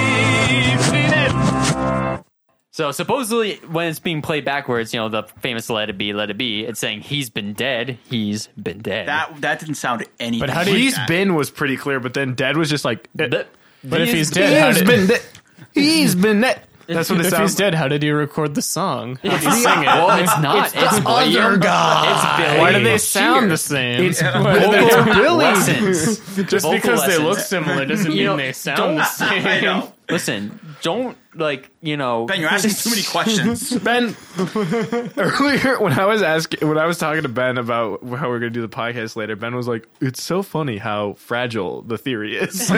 [SPEAKER 3] it be.
[SPEAKER 2] So supposedly, when it's being played backwards, you know the famous "Let It Be, Let It Be." It's saying he's been dead, he's been dead.
[SPEAKER 1] That that didn't sound anything.
[SPEAKER 4] But how do
[SPEAKER 1] like
[SPEAKER 4] he's
[SPEAKER 1] that.
[SPEAKER 4] been was pretty clear, but then dead was just like. eh.
[SPEAKER 2] But-
[SPEAKER 3] But if he's
[SPEAKER 4] He's
[SPEAKER 3] dead, how did,
[SPEAKER 4] been dead. He's been dead. That's what it
[SPEAKER 3] if he's
[SPEAKER 4] sounds. like.
[SPEAKER 3] dead, how did you record the song?
[SPEAKER 2] well, it's not. It's, William. It's Billy.
[SPEAKER 3] Why do they
[SPEAKER 2] Shear.
[SPEAKER 3] sound the same?
[SPEAKER 4] It's
[SPEAKER 2] Vocal lessons.
[SPEAKER 3] Just
[SPEAKER 2] vocal
[SPEAKER 3] because they
[SPEAKER 2] lessons.
[SPEAKER 3] look similar doesn't
[SPEAKER 2] You
[SPEAKER 3] mean
[SPEAKER 2] know,
[SPEAKER 3] they sound
[SPEAKER 2] don't-
[SPEAKER 3] the
[SPEAKER 1] I
[SPEAKER 3] same.
[SPEAKER 1] know.
[SPEAKER 2] Listen, don't like you know.
[SPEAKER 1] Ben, you're asking too many questions.
[SPEAKER 4] Ben,
[SPEAKER 6] Earlier, when I was asking, when I was talking to Ben about how we're going to do the podcast later, Ben was like, "It's so funny how fragile the theory is."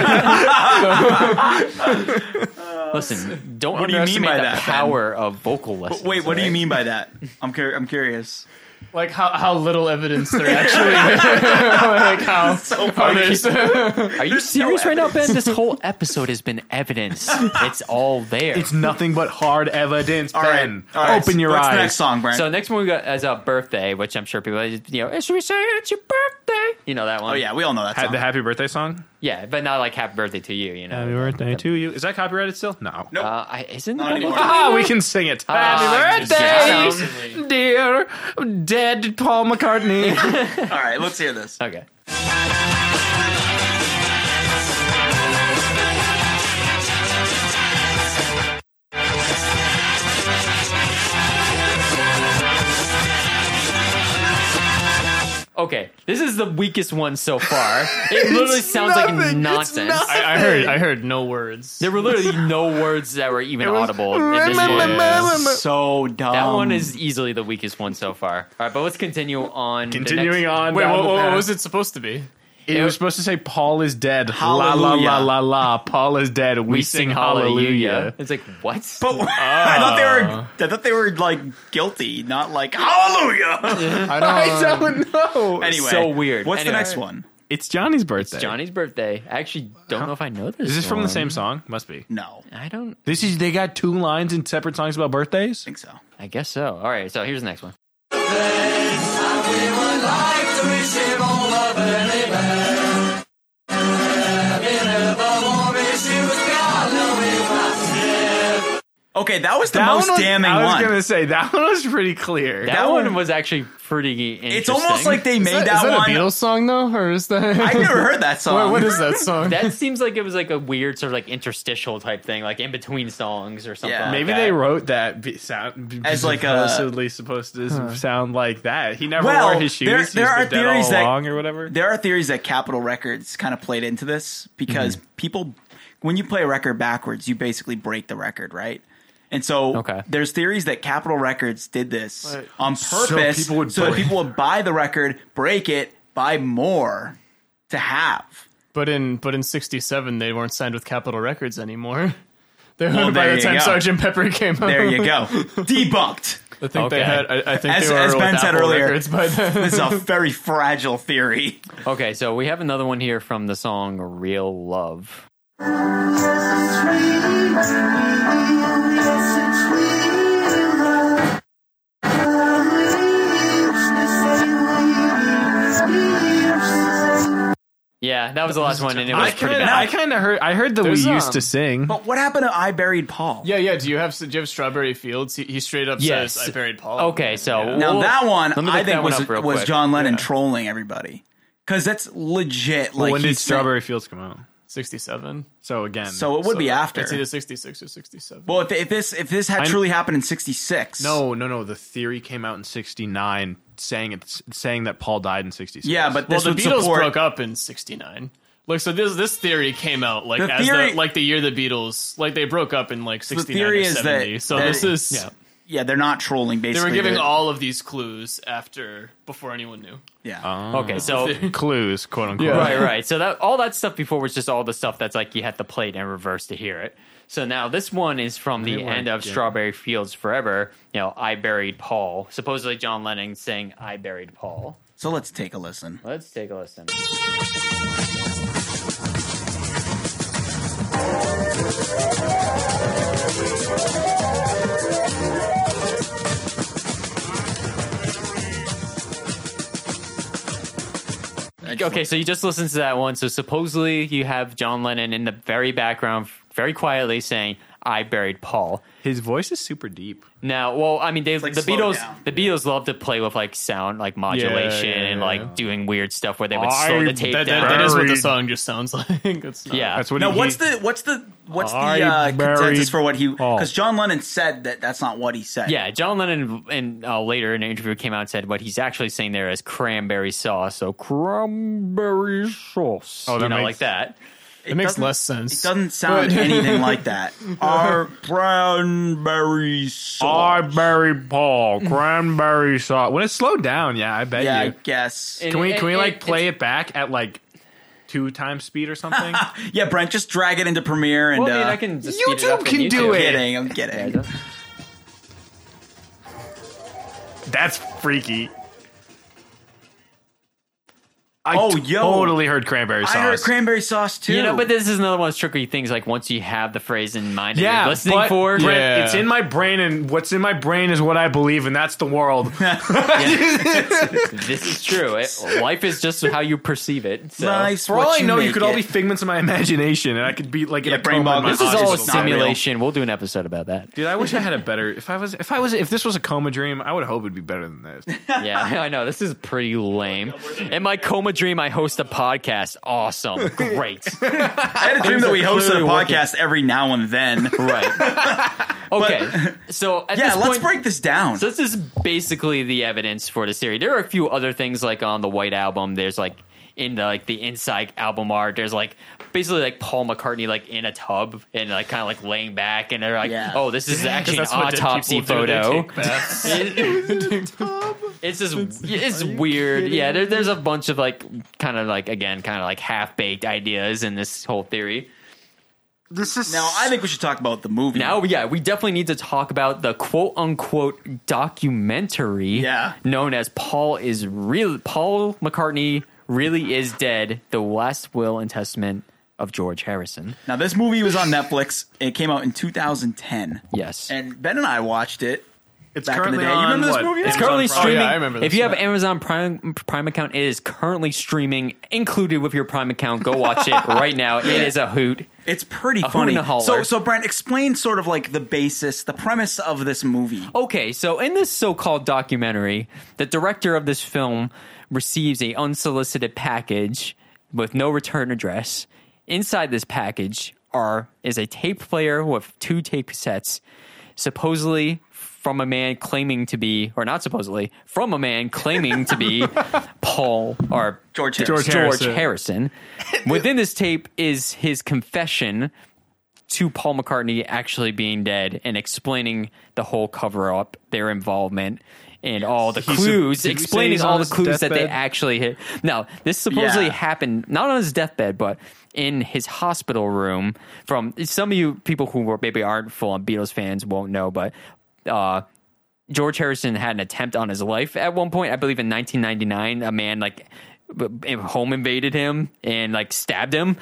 [SPEAKER 2] Listen, don't
[SPEAKER 1] What do you mean
[SPEAKER 2] underestimate
[SPEAKER 1] by
[SPEAKER 2] the
[SPEAKER 1] that, Ben?
[SPEAKER 2] power of vocal lessons.
[SPEAKER 1] Wait, what do you
[SPEAKER 2] alright?
[SPEAKER 1] mean by that? I'm cur- I'm curious.
[SPEAKER 3] Like how, how little evidence there actually like how
[SPEAKER 1] Oh,
[SPEAKER 3] so how there's-
[SPEAKER 2] Are you serious right now, Ben? This whole episode has been evidence. it's all there.
[SPEAKER 4] it's nothing but hard evidence.
[SPEAKER 1] All right,
[SPEAKER 4] ben,
[SPEAKER 1] all right,
[SPEAKER 4] open your
[SPEAKER 1] what's
[SPEAKER 4] eyes.
[SPEAKER 1] the next song, Brent?
[SPEAKER 2] so next one we got as a birthday, which I'm sure people, you know, should we say it's your birthday? You know that one.
[SPEAKER 1] oh yeah, we all know that
[SPEAKER 4] Ha-
[SPEAKER 1] song.
[SPEAKER 4] the happy birthday song.
[SPEAKER 2] yeah, but not like happy birthday to you. You know,
[SPEAKER 4] birthday to you. Is that copyrighted still? No.
[SPEAKER 1] Nope.
[SPEAKER 2] Uh, I, isn't
[SPEAKER 1] Not
[SPEAKER 2] that
[SPEAKER 1] anymore.
[SPEAKER 2] one-
[SPEAKER 4] Ah, we can sing it.
[SPEAKER 2] Ah,
[SPEAKER 4] happy birthday, dear dead Paul McCartney.
[SPEAKER 1] all right, let's hear this.
[SPEAKER 2] Okay. Okay, this is the weakest one so far. It literally sounds like nonsense.
[SPEAKER 3] I, I heard I heard no words.
[SPEAKER 2] There were literally no words that were even audible. in this one.
[SPEAKER 1] So dumb.
[SPEAKER 2] That
[SPEAKER 4] Um,
[SPEAKER 2] one is easily the weakest one so far. All right, but let's continue on. the
[SPEAKER 4] Continuing
[SPEAKER 2] next-
[SPEAKER 4] on.
[SPEAKER 3] Wait,
[SPEAKER 4] down
[SPEAKER 3] what,
[SPEAKER 4] the
[SPEAKER 3] what
[SPEAKER 4] path.
[SPEAKER 3] was it supposed to be?
[SPEAKER 4] It was supposed to say Paul is dead. La la
[SPEAKER 1] Hallelujah.
[SPEAKER 4] la la la. Paul is dead. We,
[SPEAKER 2] We
[SPEAKER 4] sing, hallelujah.
[SPEAKER 2] It's like what?
[SPEAKER 1] But
[SPEAKER 4] Ah.
[SPEAKER 1] I thought they were. I thought they were like guilty, not like hallelujah.
[SPEAKER 4] I don't know.
[SPEAKER 1] anyway,
[SPEAKER 2] so weird.
[SPEAKER 1] What's
[SPEAKER 2] Anyway.
[SPEAKER 1] the next one?
[SPEAKER 4] It's Johnny's birthday.
[SPEAKER 2] Johnny's birthday. I actually don't know if I know this.
[SPEAKER 4] Is this from the
[SPEAKER 2] one.
[SPEAKER 4] same song? Must be.
[SPEAKER 1] No, I
[SPEAKER 2] I don't.
[SPEAKER 4] This is. They got two lines in separate songs about birthdays.
[SPEAKER 1] think so.
[SPEAKER 2] I guess so. All right. So here's the next one.
[SPEAKER 1] Okay, that was the
[SPEAKER 4] That
[SPEAKER 1] most
[SPEAKER 4] one was-
[SPEAKER 1] damning
[SPEAKER 4] I was
[SPEAKER 1] one.
[SPEAKER 4] gonna say that one was pretty clear.
[SPEAKER 2] That, one, was actually pretty. Interesting.
[SPEAKER 1] It's almost like they made
[SPEAKER 3] Is
[SPEAKER 1] that,
[SPEAKER 3] that
[SPEAKER 1] one.
[SPEAKER 3] a Beatles song though, or is that?
[SPEAKER 1] I never heard that song.
[SPEAKER 3] What- what is that song?
[SPEAKER 2] That seems like it was like a weird sort of like interstitial type thing, like in between songs or something.
[SPEAKER 1] Yeah.
[SPEAKER 2] like
[SPEAKER 4] Maybe
[SPEAKER 2] that.
[SPEAKER 4] they wrote that be sound be-
[SPEAKER 1] As like a-
[SPEAKER 4] supposedly supposed to sound like that. He never
[SPEAKER 1] Well,
[SPEAKER 4] wore his shoes.
[SPEAKER 1] there-
[SPEAKER 4] He's
[SPEAKER 1] there
[SPEAKER 4] been
[SPEAKER 1] are
[SPEAKER 4] dead
[SPEAKER 1] theories
[SPEAKER 4] all
[SPEAKER 1] that-
[SPEAKER 4] along or whatever.
[SPEAKER 1] There are theories that Capitol Records kind of played into this because people, when you play a record backwards, you basically break the record, right? And so
[SPEAKER 2] Okay.
[SPEAKER 1] there's theories that Capitol Records did this on
[SPEAKER 4] So
[SPEAKER 1] purpose
[SPEAKER 4] people would
[SPEAKER 1] so that
[SPEAKER 4] break-
[SPEAKER 1] people would buy the record, break it, buy more to have.
[SPEAKER 3] But in but in '67, they weren't signed with Capitol Records anymore. They were
[SPEAKER 1] Well,
[SPEAKER 3] by
[SPEAKER 1] there
[SPEAKER 3] the
[SPEAKER 1] you
[SPEAKER 3] time
[SPEAKER 1] go.
[SPEAKER 3] Sergeant Pepper came out.
[SPEAKER 1] There you go. Debunked.
[SPEAKER 3] I think
[SPEAKER 2] Okay.
[SPEAKER 3] they had. I, I think
[SPEAKER 1] As-
[SPEAKER 3] they were
[SPEAKER 1] as Ben
[SPEAKER 3] with
[SPEAKER 1] said
[SPEAKER 3] Apple
[SPEAKER 1] earlier.
[SPEAKER 3] Records by then.
[SPEAKER 1] This is a very fragile theory.
[SPEAKER 2] Okay, so we have another one here from the song "Real Love." Yeah, that was the last one, and it
[SPEAKER 4] I
[SPEAKER 2] was pretty
[SPEAKER 4] kind of,
[SPEAKER 2] bad.
[SPEAKER 4] I kind of heard. I heard that we
[SPEAKER 3] There's,
[SPEAKER 4] used
[SPEAKER 3] um,
[SPEAKER 4] to sing.
[SPEAKER 1] But what happened to I Buried Paul?
[SPEAKER 3] yeah, yeah. Do you have do you have Strawberry Fields? He, he straight up
[SPEAKER 2] Yes.
[SPEAKER 3] says, "I buried Paul."
[SPEAKER 1] Oh.
[SPEAKER 2] Okay, so
[SPEAKER 1] Now
[SPEAKER 2] we'll-
[SPEAKER 1] that one,
[SPEAKER 2] let me
[SPEAKER 1] I think
[SPEAKER 2] look that one
[SPEAKER 1] was
[SPEAKER 2] up real
[SPEAKER 1] was
[SPEAKER 2] quick.
[SPEAKER 1] John Lennon trolling everybody because that's legit. Like
[SPEAKER 4] when did
[SPEAKER 1] he's saying-
[SPEAKER 4] Strawberry Fields come out?
[SPEAKER 3] '67.
[SPEAKER 4] So again,
[SPEAKER 1] So it would be after.
[SPEAKER 3] It's either '66 or '67.
[SPEAKER 1] Well, if, if this if this had
[SPEAKER 4] I'm-
[SPEAKER 1] truly happened in '66,
[SPEAKER 4] no, no, no. The theory came out in '69, saying it, saying that Paul died in '66.
[SPEAKER 1] yeah, but
[SPEAKER 3] Well,
[SPEAKER 1] this
[SPEAKER 3] the
[SPEAKER 1] would
[SPEAKER 3] Beatles
[SPEAKER 1] support.
[SPEAKER 3] broke up in '69. Like so, this this theory came out like
[SPEAKER 1] The
[SPEAKER 3] as
[SPEAKER 1] theory-
[SPEAKER 3] the, like the year the Beatles like they broke up in like '69
[SPEAKER 1] theory
[SPEAKER 3] or
[SPEAKER 1] is that-
[SPEAKER 3] 70. so
[SPEAKER 1] that-
[SPEAKER 3] this is
[SPEAKER 2] yeah.
[SPEAKER 1] Yeah, they're not trolling.
[SPEAKER 3] they
[SPEAKER 1] Basically,
[SPEAKER 3] were giving
[SPEAKER 1] They're-
[SPEAKER 3] all of these clues after before anyone knew.
[SPEAKER 1] Yeah,
[SPEAKER 2] okay, so
[SPEAKER 4] clues, quote unquote.
[SPEAKER 2] right, right. So that all that stuff before was just all the stuff that's like you had to play it in reverse to hear it. So now this one is from the end of Strawberry Fields Forever. You know, I buried Paul. Supposedly John Lennon saying I buried Paul.
[SPEAKER 1] so let's take a listen.
[SPEAKER 2] Let's take a listen. Okay, so you just listened to that one. So supposedly you have John Lennon in the very background, very quietly saying, "I buried Paul."
[SPEAKER 4] His voice is super deep.
[SPEAKER 2] Now, well, I mean, they
[SPEAKER 1] like
[SPEAKER 2] the
[SPEAKER 1] slowed
[SPEAKER 2] Beatles
[SPEAKER 1] down.
[SPEAKER 2] the Beatles love to play with like sound, like modulation,
[SPEAKER 4] yeah,
[SPEAKER 2] and
[SPEAKER 4] yeah,
[SPEAKER 2] like
[SPEAKER 4] yeah.
[SPEAKER 2] doing weird stuff where they would slow
[SPEAKER 4] I-
[SPEAKER 2] the tape
[SPEAKER 4] that-
[SPEAKER 2] down.
[SPEAKER 4] that-
[SPEAKER 3] That is what the
[SPEAKER 4] Buried.
[SPEAKER 3] song just sounds like. That's not,
[SPEAKER 2] yeah,
[SPEAKER 4] That's what.
[SPEAKER 1] Now,
[SPEAKER 4] he,
[SPEAKER 1] what's the what's the what's the
[SPEAKER 4] I
[SPEAKER 1] uh, consensus
[SPEAKER 4] buried
[SPEAKER 1] for what he?
[SPEAKER 4] Paul.
[SPEAKER 1] Because John Lennon said that that's not what he said.
[SPEAKER 2] yeah. John Lennon and uh, later in an interview came out and said what he's actually saying there is cranberry sauce, so cranberry sauce,
[SPEAKER 4] Oh, that
[SPEAKER 2] you know,
[SPEAKER 4] makes-
[SPEAKER 2] like that.
[SPEAKER 3] It makes
[SPEAKER 1] doesn't-
[SPEAKER 3] less
[SPEAKER 1] It
[SPEAKER 3] sense.
[SPEAKER 1] doesn't sound anything like that. Our brownberry
[SPEAKER 6] I
[SPEAKER 1] sauce.
[SPEAKER 6] berry Paul cranberry sauce. When it's slowed down, yeah, I bet
[SPEAKER 1] Yeah, I
[SPEAKER 6] you.
[SPEAKER 1] guess.
[SPEAKER 6] Can we can we like play it back at like two times speed or something?
[SPEAKER 1] yeah, Brent, just drag it into Premiere and
[SPEAKER 2] Well,
[SPEAKER 1] uh,
[SPEAKER 2] dude, I can just speed it
[SPEAKER 6] YouTube
[SPEAKER 2] up with
[SPEAKER 6] can do
[SPEAKER 2] YouTube.
[SPEAKER 1] I'm
[SPEAKER 6] it.
[SPEAKER 1] kidding. I'm kidding.
[SPEAKER 6] That's freaky. I
[SPEAKER 1] Oh, yo.
[SPEAKER 6] totally heard cranberry sauce.
[SPEAKER 1] I heard cranberry sauce too.
[SPEAKER 2] You know, but this is another one of those trickery things. Like once you have the phrase in mind, yeah,
[SPEAKER 6] yeah,
[SPEAKER 2] you're listening
[SPEAKER 6] but
[SPEAKER 2] for
[SPEAKER 6] Brent,
[SPEAKER 3] Yeah.
[SPEAKER 6] it's in my brain, and what's in my brain is what I believe, and that's the world.
[SPEAKER 2] this is true. It, life is just how you perceive it. So.
[SPEAKER 1] Life's
[SPEAKER 6] For all
[SPEAKER 1] what
[SPEAKER 6] I know, you
[SPEAKER 1] make
[SPEAKER 6] could all
[SPEAKER 1] it.
[SPEAKER 6] be figments of my imagination, and I could be like in
[SPEAKER 1] Yeah,
[SPEAKER 6] a
[SPEAKER 1] brain
[SPEAKER 6] coma.
[SPEAKER 1] bog.
[SPEAKER 6] in my
[SPEAKER 2] This is all a
[SPEAKER 6] office. Not real.
[SPEAKER 2] simulation. We'll do an episode about that.
[SPEAKER 6] Dude, I wish I had a better. If I was, if I was, if this was a coma dream, I would hope it'd be better than this.
[SPEAKER 2] Yeah, I know. This is pretty lame. In my coma dream, I host a podcast. Awesome. Great.
[SPEAKER 1] I had a dream that we hosted a
[SPEAKER 2] clearly working.
[SPEAKER 1] podcast every now and then.
[SPEAKER 2] Right. Okay. so at
[SPEAKER 1] Yeah,
[SPEAKER 2] this
[SPEAKER 1] let's
[SPEAKER 2] point,
[SPEAKER 1] break this down.
[SPEAKER 2] So this is basically the evidence for the theory. There are a few other things like on the White Album. There's like in the like the inside album art. There's like basically like Paul McCartney like in a tub and like kind of like laying back, and they're like,
[SPEAKER 1] Yeah.
[SPEAKER 2] oh, this is actually an
[SPEAKER 3] that's what dead
[SPEAKER 2] autopsy
[SPEAKER 3] people do. They
[SPEAKER 2] photo.
[SPEAKER 3] take baths.
[SPEAKER 2] it's just it's weird. Yeah, there, there's a bunch of like kind of like again kind of like half baked ideas in this whole theory.
[SPEAKER 1] now, I think we should talk about the movie.
[SPEAKER 2] Now, yeah, we definitely need to talk about the quote unquote documentary
[SPEAKER 1] Yeah.
[SPEAKER 2] known as Paul is real Paul McCartney really is dead, the last will and testament of George Harrison.
[SPEAKER 1] now, this movie was on Netflix. It came out in 2010.
[SPEAKER 2] Yes.
[SPEAKER 1] And Ben and I watched it.
[SPEAKER 6] It's
[SPEAKER 1] Back in the
[SPEAKER 6] currently
[SPEAKER 1] day. You
[SPEAKER 6] on
[SPEAKER 1] remember this
[SPEAKER 6] what?
[SPEAKER 1] movie? It's
[SPEAKER 6] Amazon
[SPEAKER 2] currently
[SPEAKER 6] Prime?
[SPEAKER 2] streaming.
[SPEAKER 3] Oh, yeah, I remember
[SPEAKER 2] if
[SPEAKER 3] this,
[SPEAKER 2] you have
[SPEAKER 3] yeah.
[SPEAKER 2] Amazon Prime Prime account, it is currently streaming included with your Prime account. Go watch it right now. It is a hoot.
[SPEAKER 1] It's pretty
[SPEAKER 2] A hoot
[SPEAKER 1] funny.
[SPEAKER 2] and a holler.
[SPEAKER 1] So, so Brent, explain sort of like the basis, the premise of this movie.
[SPEAKER 2] Okay, so in this so-called documentary, the director of this film receives a unsolicited package with no return address. Inside this package are is a tape player with two tape cassettes, supposedly from a man claiming to be, or not supposedly, from a man claiming to be Paul or
[SPEAKER 1] George
[SPEAKER 2] George
[SPEAKER 1] Harrison.
[SPEAKER 2] Harrison. Within this tape is his confession to Paul McCartney actually being dead and explaining the whole cover up, their involvement, and all the
[SPEAKER 6] He's-
[SPEAKER 2] clues,
[SPEAKER 6] did you say
[SPEAKER 2] explaining
[SPEAKER 6] he's on
[SPEAKER 2] all the
[SPEAKER 6] his
[SPEAKER 2] clues that they
[SPEAKER 6] deathbed?
[SPEAKER 2] actually hit. Now, this supposedly
[SPEAKER 1] Yeah.
[SPEAKER 2] happened not on his deathbed, but in his hospital room. From some of you people who were maybe aren't full on Beatles fans won't know, but uh, George Harrison had an attempt on his life at one point. I believe in 1999, a man like b- b- home invaded him and like stabbed him.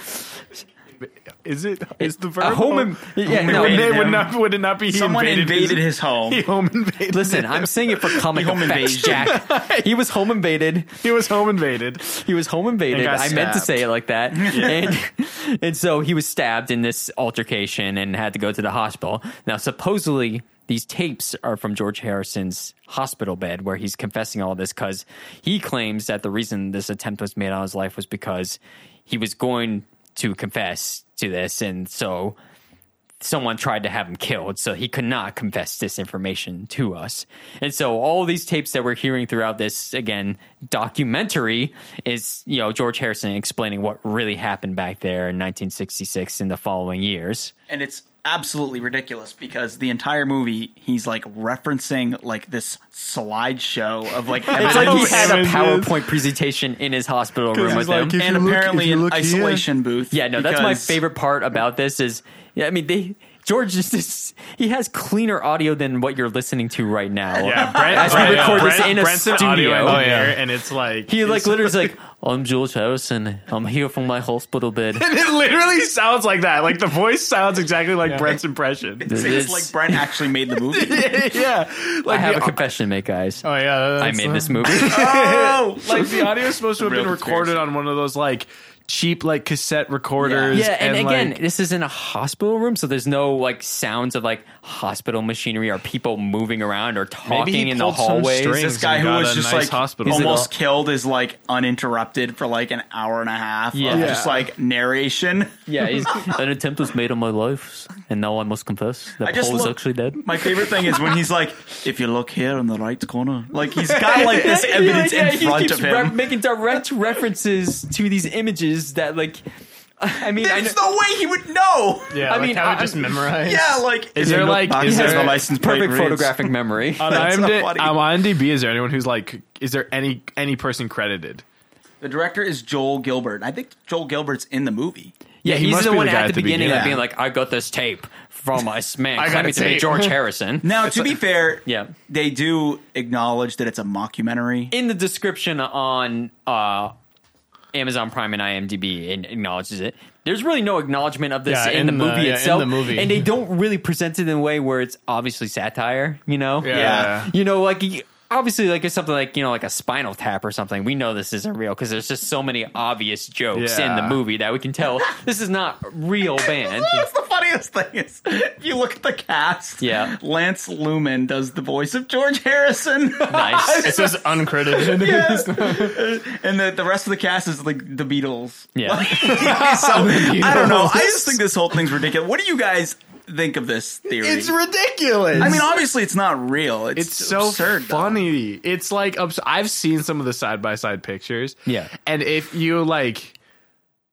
[SPEAKER 6] Is it? Is the verb
[SPEAKER 2] A home, in- yeah, no,
[SPEAKER 6] would,
[SPEAKER 1] invaded
[SPEAKER 6] it, would
[SPEAKER 1] him.
[SPEAKER 6] not, would it not be he
[SPEAKER 1] Someone invaded
[SPEAKER 6] his,
[SPEAKER 1] his home.
[SPEAKER 6] He home invaded.
[SPEAKER 2] Listen, I'm saying it for comic
[SPEAKER 1] Home
[SPEAKER 2] effects, Jack. He was home invaded.
[SPEAKER 6] he was home invaded.
[SPEAKER 2] He was home invaded.
[SPEAKER 6] And
[SPEAKER 2] I
[SPEAKER 6] got
[SPEAKER 2] meant to
[SPEAKER 6] stabbed.
[SPEAKER 2] say it like that. And, and so he was stabbed in this altercation and had to go to the hospital. Now, supposedly, these tapes are from George Harrison's hospital bed where he's confessing all this because he claims that the reason this attempt was made on his life was because he was going to confess to this. And so someone tried to have him killed, so he could not confess this information to us. And so all these tapes that we're hearing throughout this again documentary is you know George Harrison explaining what really happened back there in 1966 in the following years.
[SPEAKER 1] and it's absolutely ridiculous because the entire movie he's like referencing like this slideshow of like
[SPEAKER 2] It's like he
[SPEAKER 1] evidence.
[SPEAKER 2] had a
[SPEAKER 6] Images.
[SPEAKER 2] PowerPoint presentation in his hospital room with him.
[SPEAKER 1] and apparently an isolation booth.
[SPEAKER 2] Yeah, no, that's my
[SPEAKER 1] because-
[SPEAKER 2] favorite part about this is yeah, I mean they George is this he has cleaner audio than what you're listening to right now.
[SPEAKER 6] Yeah, Brent,
[SPEAKER 2] As we
[SPEAKER 6] Brent-
[SPEAKER 2] record this in a
[SPEAKER 6] Brent's an audio
[SPEAKER 2] studio.
[SPEAKER 6] engineer, and it's like
[SPEAKER 2] He like
[SPEAKER 6] it's-
[SPEAKER 2] literally's like, I'm Jules Harrison. I'm here from my hospital bed.
[SPEAKER 6] It literally sounds like that. Like the voice sounds exactly like Brent's impression.
[SPEAKER 1] It's
[SPEAKER 2] This-
[SPEAKER 1] like Brent actually made the movie.
[SPEAKER 6] yeah,
[SPEAKER 2] I
[SPEAKER 6] like
[SPEAKER 2] have
[SPEAKER 6] the,
[SPEAKER 2] a confession to make, guys.
[SPEAKER 3] Oh yeah,
[SPEAKER 2] I
[SPEAKER 3] that's-
[SPEAKER 2] made this movie.
[SPEAKER 1] oh,
[SPEAKER 6] like the audio is supposed to have
[SPEAKER 1] Real
[SPEAKER 6] been recorded
[SPEAKER 1] conspiracy.
[SPEAKER 6] on one of those like cheap like cassette recorders.
[SPEAKER 2] yeah, and, again,
[SPEAKER 6] like,
[SPEAKER 2] this is in a hospital room, so there's no like sounds of like hospital machinery or people moving around or
[SPEAKER 6] Maybe he
[SPEAKER 2] talking in the
[SPEAKER 6] pulled some
[SPEAKER 2] hallways.
[SPEAKER 6] string.
[SPEAKER 1] this guy
[SPEAKER 6] and
[SPEAKER 1] who
[SPEAKER 6] got
[SPEAKER 1] was
[SPEAKER 6] a
[SPEAKER 1] just
[SPEAKER 6] nice
[SPEAKER 1] like
[SPEAKER 6] hospital.
[SPEAKER 1] almost killed is like uninterrupted for like an hour and a half
[SPEAKER 2] Yeah.
[SPEAKER 1] of just like narration.
[SPEAKER 2] Yeah, he's, an attempt was made on my life, and now I must confess that
[SPEAKER 1] I just
[SPEAKER 2] Paul is
[SPEAKER 1] look-
[SPEAKER 2] actually dead.
[SPEAKER 1] My favorite thing is when he's like, "If you look here in the right corner," like he's got like this evidence in front of him.
[SPEAKER 2] making direct references to these images that like I mean, I know,
[SPEAKER 1] There's no way he would know.
[SPEAKER 3] Yeah,
[SPEAKER 2] I
[SPEAKER 3] I
[SPEAKER 2] mean,
[SPEAKER 3] mean, I would
[SPEAKER 2] I-
[SPEAKER 3] just memorize.
[SPEAKER 1] Yeah, like
[SPEAKER 4] Is there like is
[SPEAKER 1] podcast,
[SPEAKER 4] there
[SPEAKER 1] my license plate
[SPEAKER 2] perfect
[SPEAKER 1] reads.
[SPEAKER 2] photographic memory.
[SPEAKER 4] on
[SPEAKER 1] That's not
[SPEAKER 4] IMDb,
[SPEAKER 1] funny.
[SPEAKER 4] on IMDb? Is there anyone who's like? Is there any any person credited?
[SPEAKER 1] The director is Joel Gilbert. I think Joel Gilbert's in the movie.
[SPEAKER 2] yeah,
[SPEAKER 4] he
[SPEAKER 2] he's
[SPEAKER 4] must
[SPEAKER 2] the
[SPEAKER 4] be the
[SPEAKER 2] one
[SPEAKER 4] guy
[SPEAKER 2] at the beginning, of being like, "I got this tape from my man
[SPEAKER 3] I got
[SPEAKER 2] claiming
[SPEAKER 3] a
[SPEAKER 2] to be
[SPEAKER 3] tape.
[SPEAKER 2] George Harrison."
[SPEAKER 1] Now, to be fair,
[SPEAKER 2] Yeah.
[SPEAKER 1] they do acknowledge that it's a mockumentary.
[SPEAKER 2] in the description on uh, Amazon Prime and IMDb and acknowledges it. There's really no acknowledgement of this
[SPEAKER 3] Yeah,
[SPEAKER 2] in,
[SPEAKER 3] in
[SPEAKER 2] the,
[SPEAKER 3] the-
[SPEAKER 2] movie
[SPEAKER 3] yeah, in
[SPEAKER 2] itself,
[SPEAKER 3] the movie.
[SPEAKER 2] and they don't really present it in a way where it's obviously satire. You know,
[SPEAKER 1] Yeah.
[SPEAKER 2] you know, like you- obviously, like it's something like you know, like a Spinal Tap or something. We know this isn't real because there's just so many obvious jokes
[SPEAKER 4] Yeah.
[SPEAKER 2] in the movie that we can tell this is not real band.
[SPEAKER 1] That's the funniest thing is if you look at the cast.
[SPEAKER 2] Yeah.
[SPEAKER 1] Lance Lumen does the voice of George Harrison.
[SPEAKER 2] nice.
[SPEAKER 3] It says uncredited.
[SPEAKER 1] and the, the rest of the cast is like the Beatles.
[SPEAKER 2] Yeah.
[SPEAKER 1] Like, so, I don't know. I just think this whole thing's ridiculous. What do you guys think of this theory?
[SPEAKER 4] ridiculous.
[SPEAKER 1] I mean, obviously it's not real. It's,
[SPEAKER 4] It's so
[SPEAKER 1] absurd, though.
[SPEAKER 4] funny. It's like abs- I've seen some of the side by side pictures.
[SPEAKER 2] Yeah.
[SPEAKER 4] and if you like,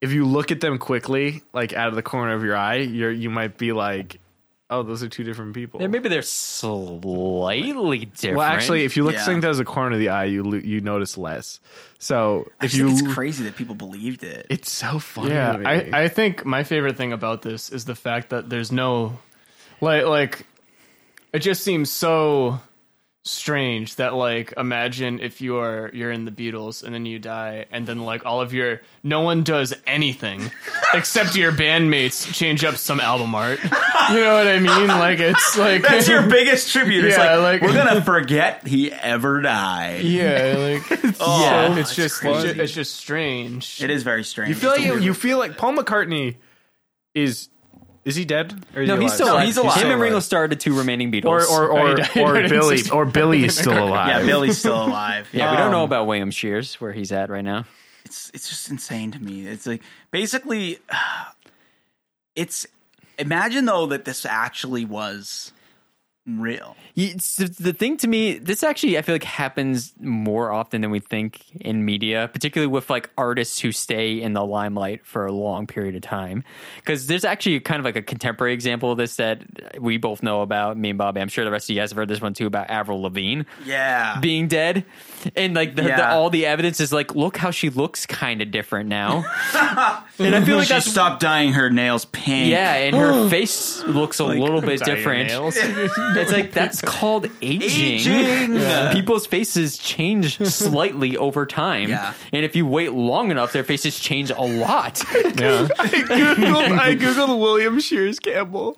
[SPEAKER 4] if you look at them quickly, like out of the corner of your eye, you're you might be like, "Oh, those are two different people."
[SPEAKER 2] They're- Maybe they're slightly different.
[SPEAKER 4] well, actually, if you look
[SPEAKER 1] Yeah.
[SPEAKER 4] at something out of the corner of the eye, you lo- you notice less. So
[SPEAKER 1] I
[SPEAKER 4] if
[SPEAKER 1] just think
[SPEAKER 4] you,
[SPEAKER 1] it's crazy that people believed it.
[SPEAKER 4] it's so funny.
[SPEAKER 3] Yeah,
[SPEAKER 4] to me.
[SPEAKER 3] I, I think my favorite thing about this is the fact that there's no like like it just seems so strange that like imagine if you are you're in the Beatles and then you die and then like all of your no one does anything except your bandmates change up some album art. You know what I mean? Like it's like
[SPEAKER 1] That's your biggest tribute. It's
[SPEAKER 3] Yeah,
[SPEAKER 1] like,
[SPEAKER 3] like-
[SPEAKER 1] we're gonna forget he ever died.
[SPEAKER 3] yeah, like oh,
[SPEAKER 1] Yeah.
[SPEAKER 3] it's just
[SPEAKER 1] crazy.
[SPEAKER 3] it's ju- it's just strange.
[SPEAKER 1] It is very strange.
[SPEAKER 4] you feel
[SPEAKER 1] It's
[SPEAKER 4] like
[SPEAKER 1] a weird-
[SPEAKER 4] you feel like Paul McCartney is is he dead? Or is
[SPEAKER 2] no,
[SPEAKER 4] he
[SPEAKER 2] he's
[SPEAKER 4] alive?
[SPEAKER 2] still
[SPEAKER 1] No,
[SPEAKER 2] alive.
[SPEAKER 1] he's alive.
[SPEAKER 2] Him and Ringo Starr are the two remaining Beatles.
[SPEAKER 4] or or
[SPEAKER 3] Oh, he
[SPEAKER 4] or,
[SPEAKER 3] died.
[SPEAKER 4] or Billy
[SPEAKER 3] He's-
[SPEAKER 4] or Billy is still alive.
[SPEAKER 1] yeah, Billy's still alive.
[SPEAKER 2] Yeah,
[SPEAKER 1] Yeah,
[SPEAKER 2] we don't know
[SPEAKER 4] Um,
[SPEAKER 2] about William Shears where he's at right now.
[SPEAKER 1] it's it's just insane to me. It's like basically, it's imagine though that this actually was real.
[SPEAKER 2] Ye- it's- The thing to me, this actually I feel like happens more often than we think in media, particularly with like artists who stay in the limelight for a long period of time. Because there's actually kind of like a contemporary example of this that we both know about. Me and Bob, I'm sure the rest of you guys have heard this one too about Avril Lavigne.
[SPEAKER 1] Yeah,
[SPEAKER 2] being dead and like the, the,
[SPEAKER 1] Yeah.
[SPEAKER 2] all the evidence is like look how she looks kind of different now and i feel like
[SPEAKER 1] she
[SPEAKER 2] that's
[SPEAKER 1] stopped dyeing her nails pink.
[SPEAKER 2] yeah and her face looks a little bit
[SPEAKER 3] Dye your
[SPEAKER 2] different
[SPEAKER 3] nails.
[SPEAKER 2] it's like that's called aging,
[SPEAKER 1] Aging.
[SPEAKER 2] people's faces change slightly over time
[SPEAKER 1] Yeah.
[SPEAKER 2] and if you wait long enough their faces change a lot
[SPEAKER 4] Googled, I googled William Shears Campbell,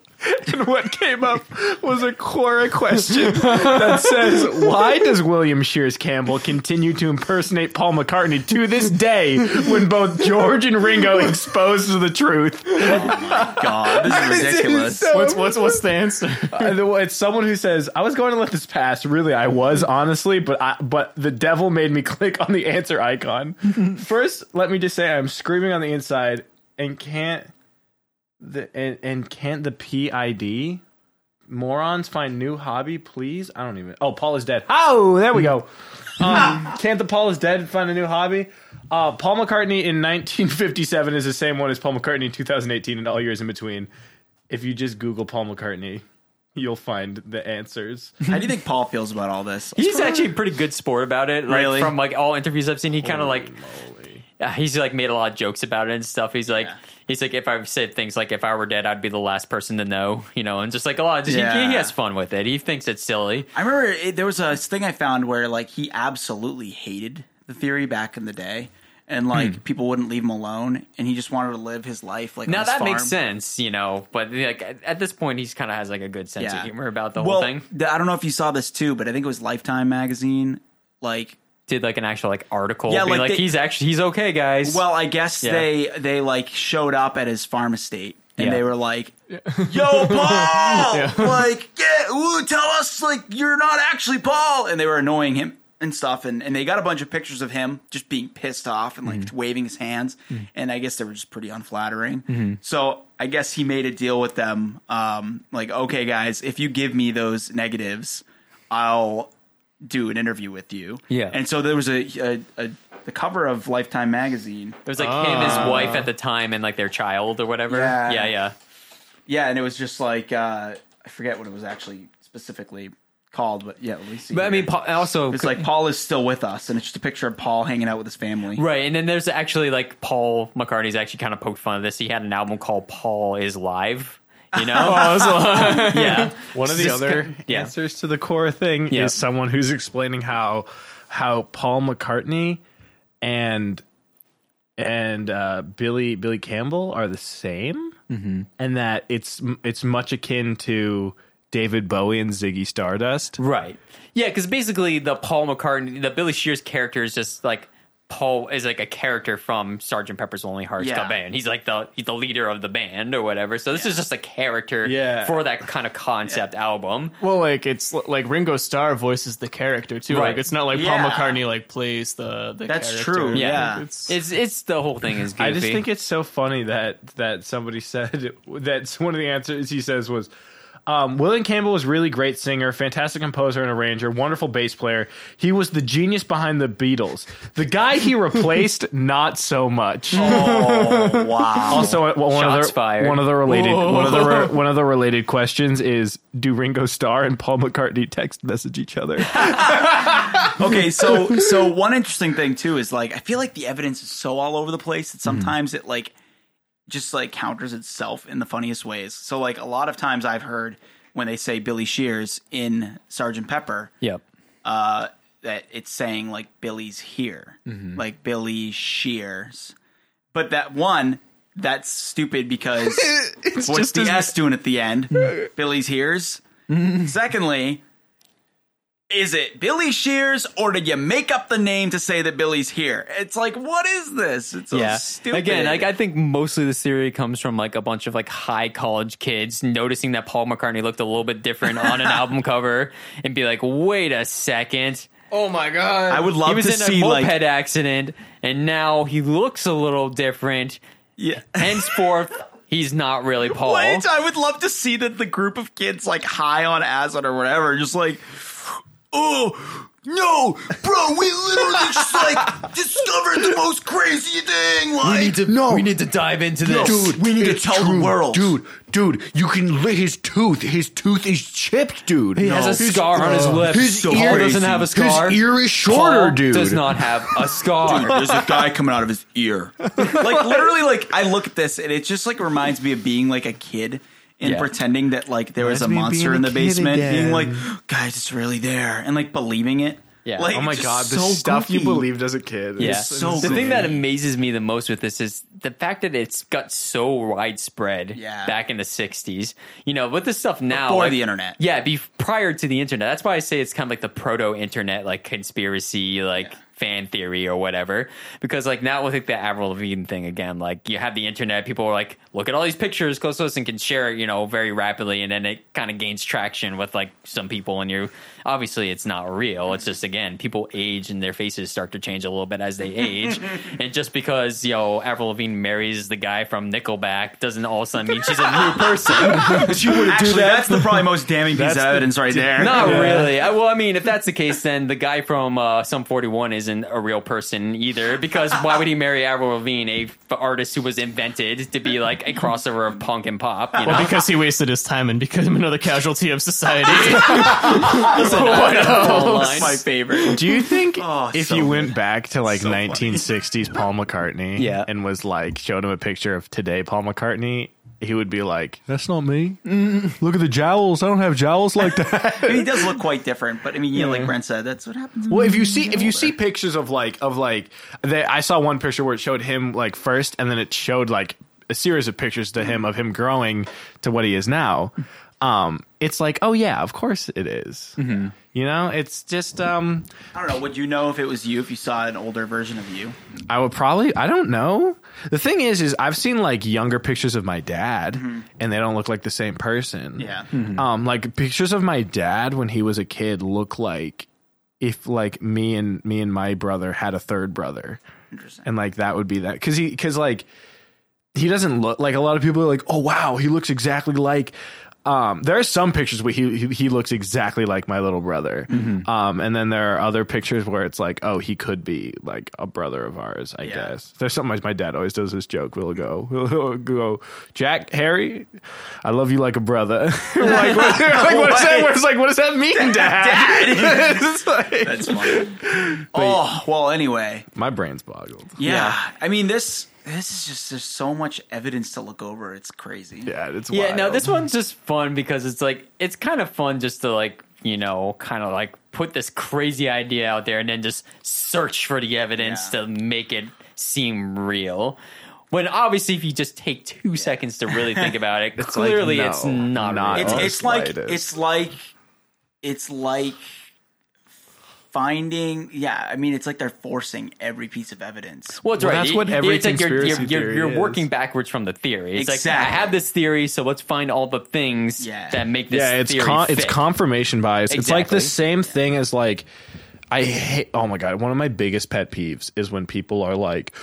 [SPEAKER 4] and what came up was a Quora question that says, "Why does William Shears Campbell continue to impersonate Paul McCartney to this day when both George and Ringo exposed to the truth?"
[SPEAKER 1] God, this is ridiculous.
[SPEAKER 3] What's what's what's the answer?
[SPEAKER 4] And the- It's someone who says, "I was going to let this pass. Really, I was honestly, but I, but the devil made me click on the answer icon. First, let me just say, I'm screaming on the inside and can't the and, and can't the PID morons find new hobby, please? I don't even. Oh, Paul is dead. Oh, there we go. Um, can't the Paul is dead find a new hobby? Uh, Paul McCartney in 1957 is the same one as Paul McCartney in 2018 and all years in between. If you just Google Paul McCartney, you'll find the answers.
[SPEAKER 1] How do you think Paul feels about all this?
[SPEAKER 2] He's actually a pretty good sport about it. Like
[SPEAKER 1] Really?
[SPEAKER 2] from like all interviews I've seen, he kind of like Yeah, he's like made a lot of jokes about it and stuff. He's like
[SPEAKER 1] Yeah.
[SPEAKER 2] he's like if I said things like if I were dead, I'd be the last person to know, you know, and just like a lot. Just, he- he,
[SPEAKER 1] Yeah.
[SPEAKER 2] has fun with it. He thinks it's silly.
[SPEAKER 1] I remember it, there was a thing I found where like he absolutely hated the theory back in the day, and like people wouldn't leave him alone, and he just wanted to live his life. Like on
[SPEAKER 2] Hmm. Now
[SPEAKER 1] his
[SPEAKER 2] that
[SPEAKER 1] farm.
[SPEAKER 2] makes sense, you know, but like at, at this point, he's kind of has like a good sense of humor about the
[SPEAKER 1] well,
[SPEAKER 2] whole thing.
[SPEAKER 1] th- I don't know if you saw this too, but I think it was Lifetime magazine. Like,
[SPEAKER 2] Did like an actual like article,
[SPEAKER 1] Yeah,
[SPEAKER 2] being
[SPEAKER 1] like
[SPEAKER 2] like,
[SPEAKER 1] they-
[SPEAKER 2] he's actually he's okay, guys.
[SPEAKER 1] well, I guess
[SPEAKER 2] Yeah.
[SPEAKER 1] they they like showed up at his farm estate and
[SPEAKER 2] Yeah.
[SPEAKER 1] they were like, "Yo, Paul! Like, yeah, ooh, tell us like you're not actually Paul." And they were annoying him and stuff, and and they got a bunch of pictures of him just being pissed off and
[SPEAKER 2] Mm-hmm.
[SPEAKER 1] like waving his hands, and I guess they were just pretty unflattering.
[SPEAKER 2] Mm-hmm.
[SPEAKER 1] So. I guess he made a deal with them, um, like, okay, guys, if you give me those negatives, I'll do an interview with you.
[SPEAKER 2] Yeah.
[SPEAKER 1] And so there was a, a, a the cover of Lifetime magazine.
[SPEAKER 2] It was like him, his wife at the time, and like their child or whatever.
[SPEAKER 1] uh. Yeah.
[SPEAKER 2] yeah. yeah.
[SPEAKER 1] Yeah, and it was just like uh, I forget what it was actually specifically called, but yeah, let me see.
[SPEAKER 2] But I
[SPEAKER 1] here.
[SPEAKER 2] mean, Paul, also
[SPEAKER 1] it's like Paul is still with us, and it's just a picture of Paul hanging out with his family.
[SPEAKER 2] Right, and then there's actually like Paul McCartney's actually kind of poked fun of this. He had an album called Paul Is Live, you
[SPEAKER 4] Oh,
[SPEAKER 2] know? yeah,
[SPEAKER 4] One of the other
[SPEAKER 2] yeah.
[SPEAKER 4] answers to the core thing
[SPEAKER 2] Yeah.
[SPEAKER 4] is someone who's explaining how how Paul McCartney and and uh, Billy Billy Campbell are the same,
[SPEAKER 2] Mm-hmm.
[SPEAKER 4] and that it's it's much akin to David Bowie and Ziggy Stardust.
[SPEAKER 2] right. Yeah, because basically the Paul McCartney, the Billy Shears character is just like Paul is like a character from Sergeant Pepper's Lonely Hearts
[SPEAKER 1] Yeah.
[SPEAKER 2] Club Band. He's like the he's the leader of the band or whatever. So this is just a character
[SPEAKER 4] Yeah.
[SPEAKER 2] for that kind of concept album.
[SPEAKER 3] Well, like it's l- like Ringo Starr voices the character too.
[SPEAKER 2] Right.
[SPEAKER 3] Like it's not like
[SPEAKER 1] Yeah.
[SPEAKER 3] Paul McCartney like plays the. the
[SPEAKER 1] That's
[SPEAKER 3] character.
[SPEAKER 1] true, yeah.
[SPEAKER 3] It's,
[SPEAKER 2] It's it's the whole thing is goofy.
[SPEAKER 4] I just think it's so funny that that somebody said that one of the answers he says was um, William Campbell was a really great singer, fantastic composer and arranger, wonderful bass player. He was the genius behind the Beatles. The guy he replaced, not so much.
[SPEAKER 1] Oh wow!
[SPEAKER 4] Also, uh, one
[SPEAKER 2] Shots
[SPEAKER 4] of the
[SPEAKER 2] fired.
[SPEAKER 4] one of the related one of the re- one of the related questions is: Do Ringo Starr and Paul McCartney text message each other?
[SPEAKER 1] okay, so so one interesting thing too is like I feel like the evidence is so all over the place that
[SPEAKER 2] Mm-hmm.
[SPEAKER 1] sometimes it like just like counters itself in the funniest ways. So like a lot of times I've heard when they say Billy Shears in Sergeant Pepper
[SPEAKER 2] yep.
[SPEAKER 1] uh, that it's saying like Billy's here,
[SPEAKER 2] Mm-hmm.
[SPEAKER 1] like Billy Shears, but that one. That's stupid because what's
[SPEAKER 4] just
[SPEAKER 1] the
[SPEAKER 4] as-
[SPEAKER 1] S doing at the end? Billy's hears.
[SPEAKER 2] Mm-hmm.
[SPEAKER 1] Secondly, is it Billy Shears or did you make up the name to say that Billy's here? It's like, what is this? It's so
[SPEAKER 2] yeah.
[SPEAKER 1] stupid.
[SPEAKER 2] Again, like I think mostly this theory comes from like a bunch of like high college kids noticing that Paul McCartney looked a little bit different on an album cover and be like, wait a second.
[SPEAKER 3] oh my god!
[SPEAKER 1] I would love
[SPEAKER 2] he was
[SPEAKER 1] to
[SPEAKER 2] in a
[SPEAKER 1] see
[SPEAKER 2] moped
[SPEAKER 1] like
[SPEAKER 2] accident and now he looks a little different.
[SPEAKER 1] yeah.
[SPEAKER 2] Henceforth, he's not really Paul.
[SPEAKER 1] Wait, I would love to see that the group of kids like high on acid or whatever, just like, oh no, bro, we literally just like discovered the most crazy thing. Like,
[SPEAKER 2] no. we need to dive into this.
[SPEAKER 8] Dude,
[SPEAKER 1] we need to
[SPEAKER 8] it's
[SPEAKER 1] tell the world.
[SPEAKER 8] Dude, dude, you can lick his tooth. His tooth is chipped, dude.
[SPEAKER 2] He has a scar on his lip.
[SPEAKER 8] His
[SPEAKER 2] Paul
[SPEAKER 8] ear
[SPEAKER 2] doesn't have a
[SPEAKER 8] His
[SPEAKER 2] scar.
[SPEAKER 8] ear is
[SPEAKER 2] Paul
[SPEAKER 8] shorter, dude.
[SPEAKER 2] does not have a scar.
[SPEAKER 1] There's a guy coming out of his ear. like literally, like I look at this and it just like reminds me of being like a kid and
[SPEAKER 2] Yeah.
[SPEAKER 1] pretending that like there was a
[SPEAKER 8] Reminds me
[SPEAKER 1] monster
[SPEAKER 8] of being
[SPEAKER 1] in the
[SPEAKER 8] a kid
[SPEAKER 1] basement, being
[SPEAKER 8] again.
[SPEAKER 1] like, guys, it's really there, and like believing it.
[SPEAKER 2] Yeah.
[SPEAKER 1] Like,
[SPEAKER 4] oh my
[SPEAKER 1] just
[SPEAKER 4] god, the
[SPEAKER 1] so
[SPEAKER 4] stuff you
[SPEAKER 1] goofy.
[SPEAKER 4] believed as a kid.
[SPEAKER 2] Yeah.
[SPEAKER 1] It's so
[SPEAKER 2] the thing
[SPEAKER 1] good.
[SPEAKER 2] that amazes me the most with this is the fact that it's got so widespread
[SPEAKER 1] Yeah.
[SPEAKER 2] back in the 60s. You know, with this stuff now.
[SPEAKER 1] Before
[SPEAKER 2] like-
[SPEAKER 1] the internet.
[SPEAKER 2] Yeah, be, prior to the internet. That's why I say it's kind of like the proto internet, like conspiracy, like fan theory or whatever. Because, like, now with like the Avril Lavigne thing again, like, you have the internet, people are like, look at all these pictures, close to us, and can share it, you know, very rapidly. And then it kind of gains traction with like some people. And you obviously, it's not real. It's just, again, people age and their faces start to change a little bit as they age. and just because, you know, Avril Lavigne marries the guy from Nickelback doesn't all of a sudden mean she's a new person.
[SPEAKER 1] Actually, that's the probably most damning piece of evidence right there.
[SPEAKER 2] Not really. I, well, I mean, if that's the case, then the guy from uh, Sum 41 isn't a real person either, because why would he marry Avril Lavigne, a f- artist who was invented to be like a crossover of punk and pop? You know?
[SPEAKER 3] well, because he wasted his time and because I'm another casualty of society.
[SPEAKER 2] Whole line.
[SPEAKER 1] That's my favorite.
[SPEAKER 4] Do you think
[SPEAKER 1] Oh,
[SPEAKER 4] if
[SPEAKER 1] so
[SPEAKER 4] you
[SPEAKER 1] good.
[SPEAKER 4] went back to like
[SPEAKER 1] So funny.
[SPEAKER 4] 1960s Paul McCartney
[SPEAKER 2] Yeah.
[SPEAKER 4] and was like showed him a picture of today Paul McCartney, he would be like, Mm.
[SPEAKER 8] That's not me. Look at the jowls. I don't have jowls like that.
[SPEAKER 1] he does look quite different, but I mean, yeah, like Brent said, that's what happens.
[SPEAKER 4] Well, if you see if you see pictures of like of like they, I saw one picture where it showed him like first and then it showed like a series of pictures to him of him growing to what he is now. Um it's like, oh yeah, of course it is. You know, it's just um
[SPEAKER 1] I don't know. Would you know if it was you if you saw an older version of you?
[SPEAKER 4] I would probably. I don't know. The thing is, is I've seen like younger pictures of my dad, and they don't look like the same person.
[SPEAKER 1] Yeah.
[SPEAKER 4] Um, like pictures of my dad when he was a kid look like if like me and me and my brother had a third brother,
[SPEAKER 1] Interesting.
[SPEAKER 4] and like that would be that because he because like he doesn't look like a lot of people are like, oh wow, he looks exactly like Um, there are some pictures where he he, he looks exactly like my little brother,
[SPEAKER 1] Mm-hmm.
[SPEAKER 4] um, and then there are other pictures where it's like, oh, he could be like a brother of ours. I
[SPEAKER 1] Yeah.
[SPEAKER 4] guess there's something like my dad always does this joke. We'll go, we'll go, Jack, Harry, I love you like a brother. like, what, like what is that?
[SPEAKER 1] What?
[SPEAKER 4] It's like, what does that mean, Dad? It's like-
[SPEAKER 1] That's funny. oh well. Anyway,
[SPEAKER 4] my brain's boggled.
[SPEAKER 1] yeah. I mean this. This is just there's so much evidence to look over. It's crazy.
[SPEAKER 4] Yeah, it's
[SPEAKER 2] Yeah,
[SPEAKER 4] Wild.
[SPEAKER 2] no, this one's just fun because it's like it's kind of fun just to like you know kind of like put this crazy idea out there and then just search for the evidence
[SPEAKER 1] Yeah.
[SPEAKER 2] to make it seem real. When obviously, if you just take two seconds to really think about it,
[SPEAKER 4] like,
[SPEAKER 2] clearly
[SPEAKER 4] no,
[SPEAKER 2] it's not,
[SPEAKER 4] not
[SPEAKER 2] real.
[SPEAKER 1] It's
[SPEAKER 4] the
[SPEAKER 1] it's like
[SPEAKER 4] slightest.
[SPEAKER 1] it's like it's like finding. Yeah, I mean it's like they're forcing every piece of evidence.
[SPEAKER 2] Well, it's
[SPEAKER 4] Well,
[SPEAKER 2] right.
[SPEAKER 4] that's what every
[SPEAKER 2] it's like you're, you're,
[SPEAKER 4] conspiracy
[SPEAKER 2] you're,
[SPEAKER 4] theory
[SPEAKER 2] you're
[SPEAKER 4] is.
[SPEAKER 2] working backwards from the theory. It's like
[SPEAKER 1] Exactly.
[SPEAKER 2] I have this theory, so let's find all the things
[SPEAKER 1] Yeah.
[SPEAKER 2] that make this.
[SPEAKER 4] yeah, it's
[SPEAKER 2] theory
[SPEAKER 4] con- it's
[SPEAKER 2] fit.
[SPEAKER 4] confirmation bias. It's like
[SPEAKER 2] Exactly.
[SPEAKER 4] the same thing as like I hate. Oh my god, one of my biggest pet peeves is when people are like,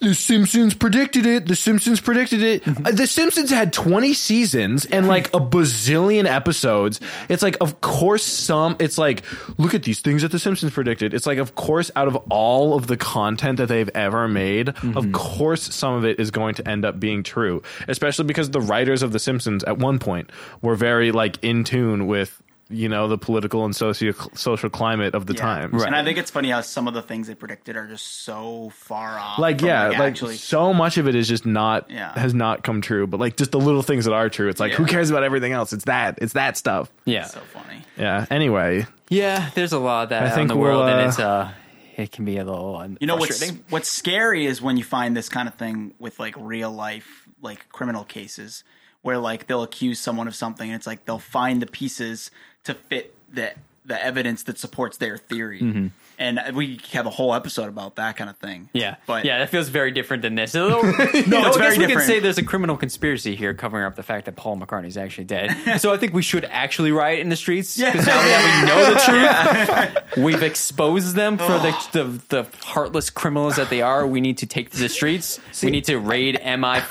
[SPEAKER 4] "The Simpsons predicted it. The Simpsons predicted it.
[SPEAKER 1] Mm-hmm.
[SPEAKER 4] Uh, The Simpsons had twenty seasons and like a bazillion episodes. It's like, of course, some. It's like, look at these things that the Simpsons predicted. It's like, of course, out of all of the content that they've ever made,
[SPEAKER 1] Mm-hmm.
[SPEAKER 4] of course, some of it is going to end up being true. Especially because the writers of the Simpsons at one point were very like in tune with you know the political and socio social climate of the
[SPEAKER 1] Yeah.
[SPEAKER 4] time.
[SPEAKER 1] And I think it's funny how some of the things they predicted are just so far off.
[SPEAKER 4] like
[SPEAKER 1] from,
[SPEAKER 4] yeah, like,
[SPEAKER 1] actually,
[SPEAKER 4] so much of it is just not
[SPEAKER 1] Yeah.
[SPEAKER 4] has not come true. But like just the little things that are true, it's like who
[SPEAKER 1] Yeah.
[SPEAKER 4] cares about everything else? It's that it's that stuff.
[SPEAKER 2] yeah.
[SPEAKER 1] so funny.
[SPEAKER 4] Yeah. Anyway,
[SPEAKER 2] Yeah, there's a lot of that
[SPEAKER 4] I
[SPEAKER 2] out
[SPEAKER 4] think
[SPEAKER 2] in the
[SPEAKER 4] we'll,
[SPEAKER 2] world,
[SPEAKER 4] uh,
[SPEAKER 2] and it's uh, it can be a little un-
[SPEAKER 1] You know what's
[SPEAKER 2] frustrating.
[SPEAKER 1] what's scary is when you find this kind of thing with like real life like criminal cases where like they'll accuse someone of something and it's like they'll find the pieces to fit the the evidence that supports their theory.
[SPEAKER 4] Mm-hmm.
[SPEAKER 1] And we have a whole episode about that kind of thing.
[SPEAKER 2] Yeah,
[SPEAKER 1] But
[SPEAKER 2] yeah, that feels very different than this. Although- no, it's I
[SPEAKER 1] very
[SPEAKER 2] guess we can
[SPEAKER 1] different.
[SPEAKER 2] say there's a criminal conspiracy here covering up the fact that Paul McCartney is actually dead. so I think we should actually riot in the streets because now that we know the truth, we've exposed them for
[SPEAKER 1] Oh.
[SPEAKER 2] the, the the heartless criminals that they are. We need to take to the streets. we need to raid MI.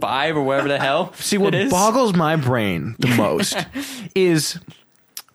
[SPEAKER 2] Five or whatever the hell.
[SPEAKER 4] see what
[SPEAKER 2] it is.
[SPEAKER 4] boggles my brain the most is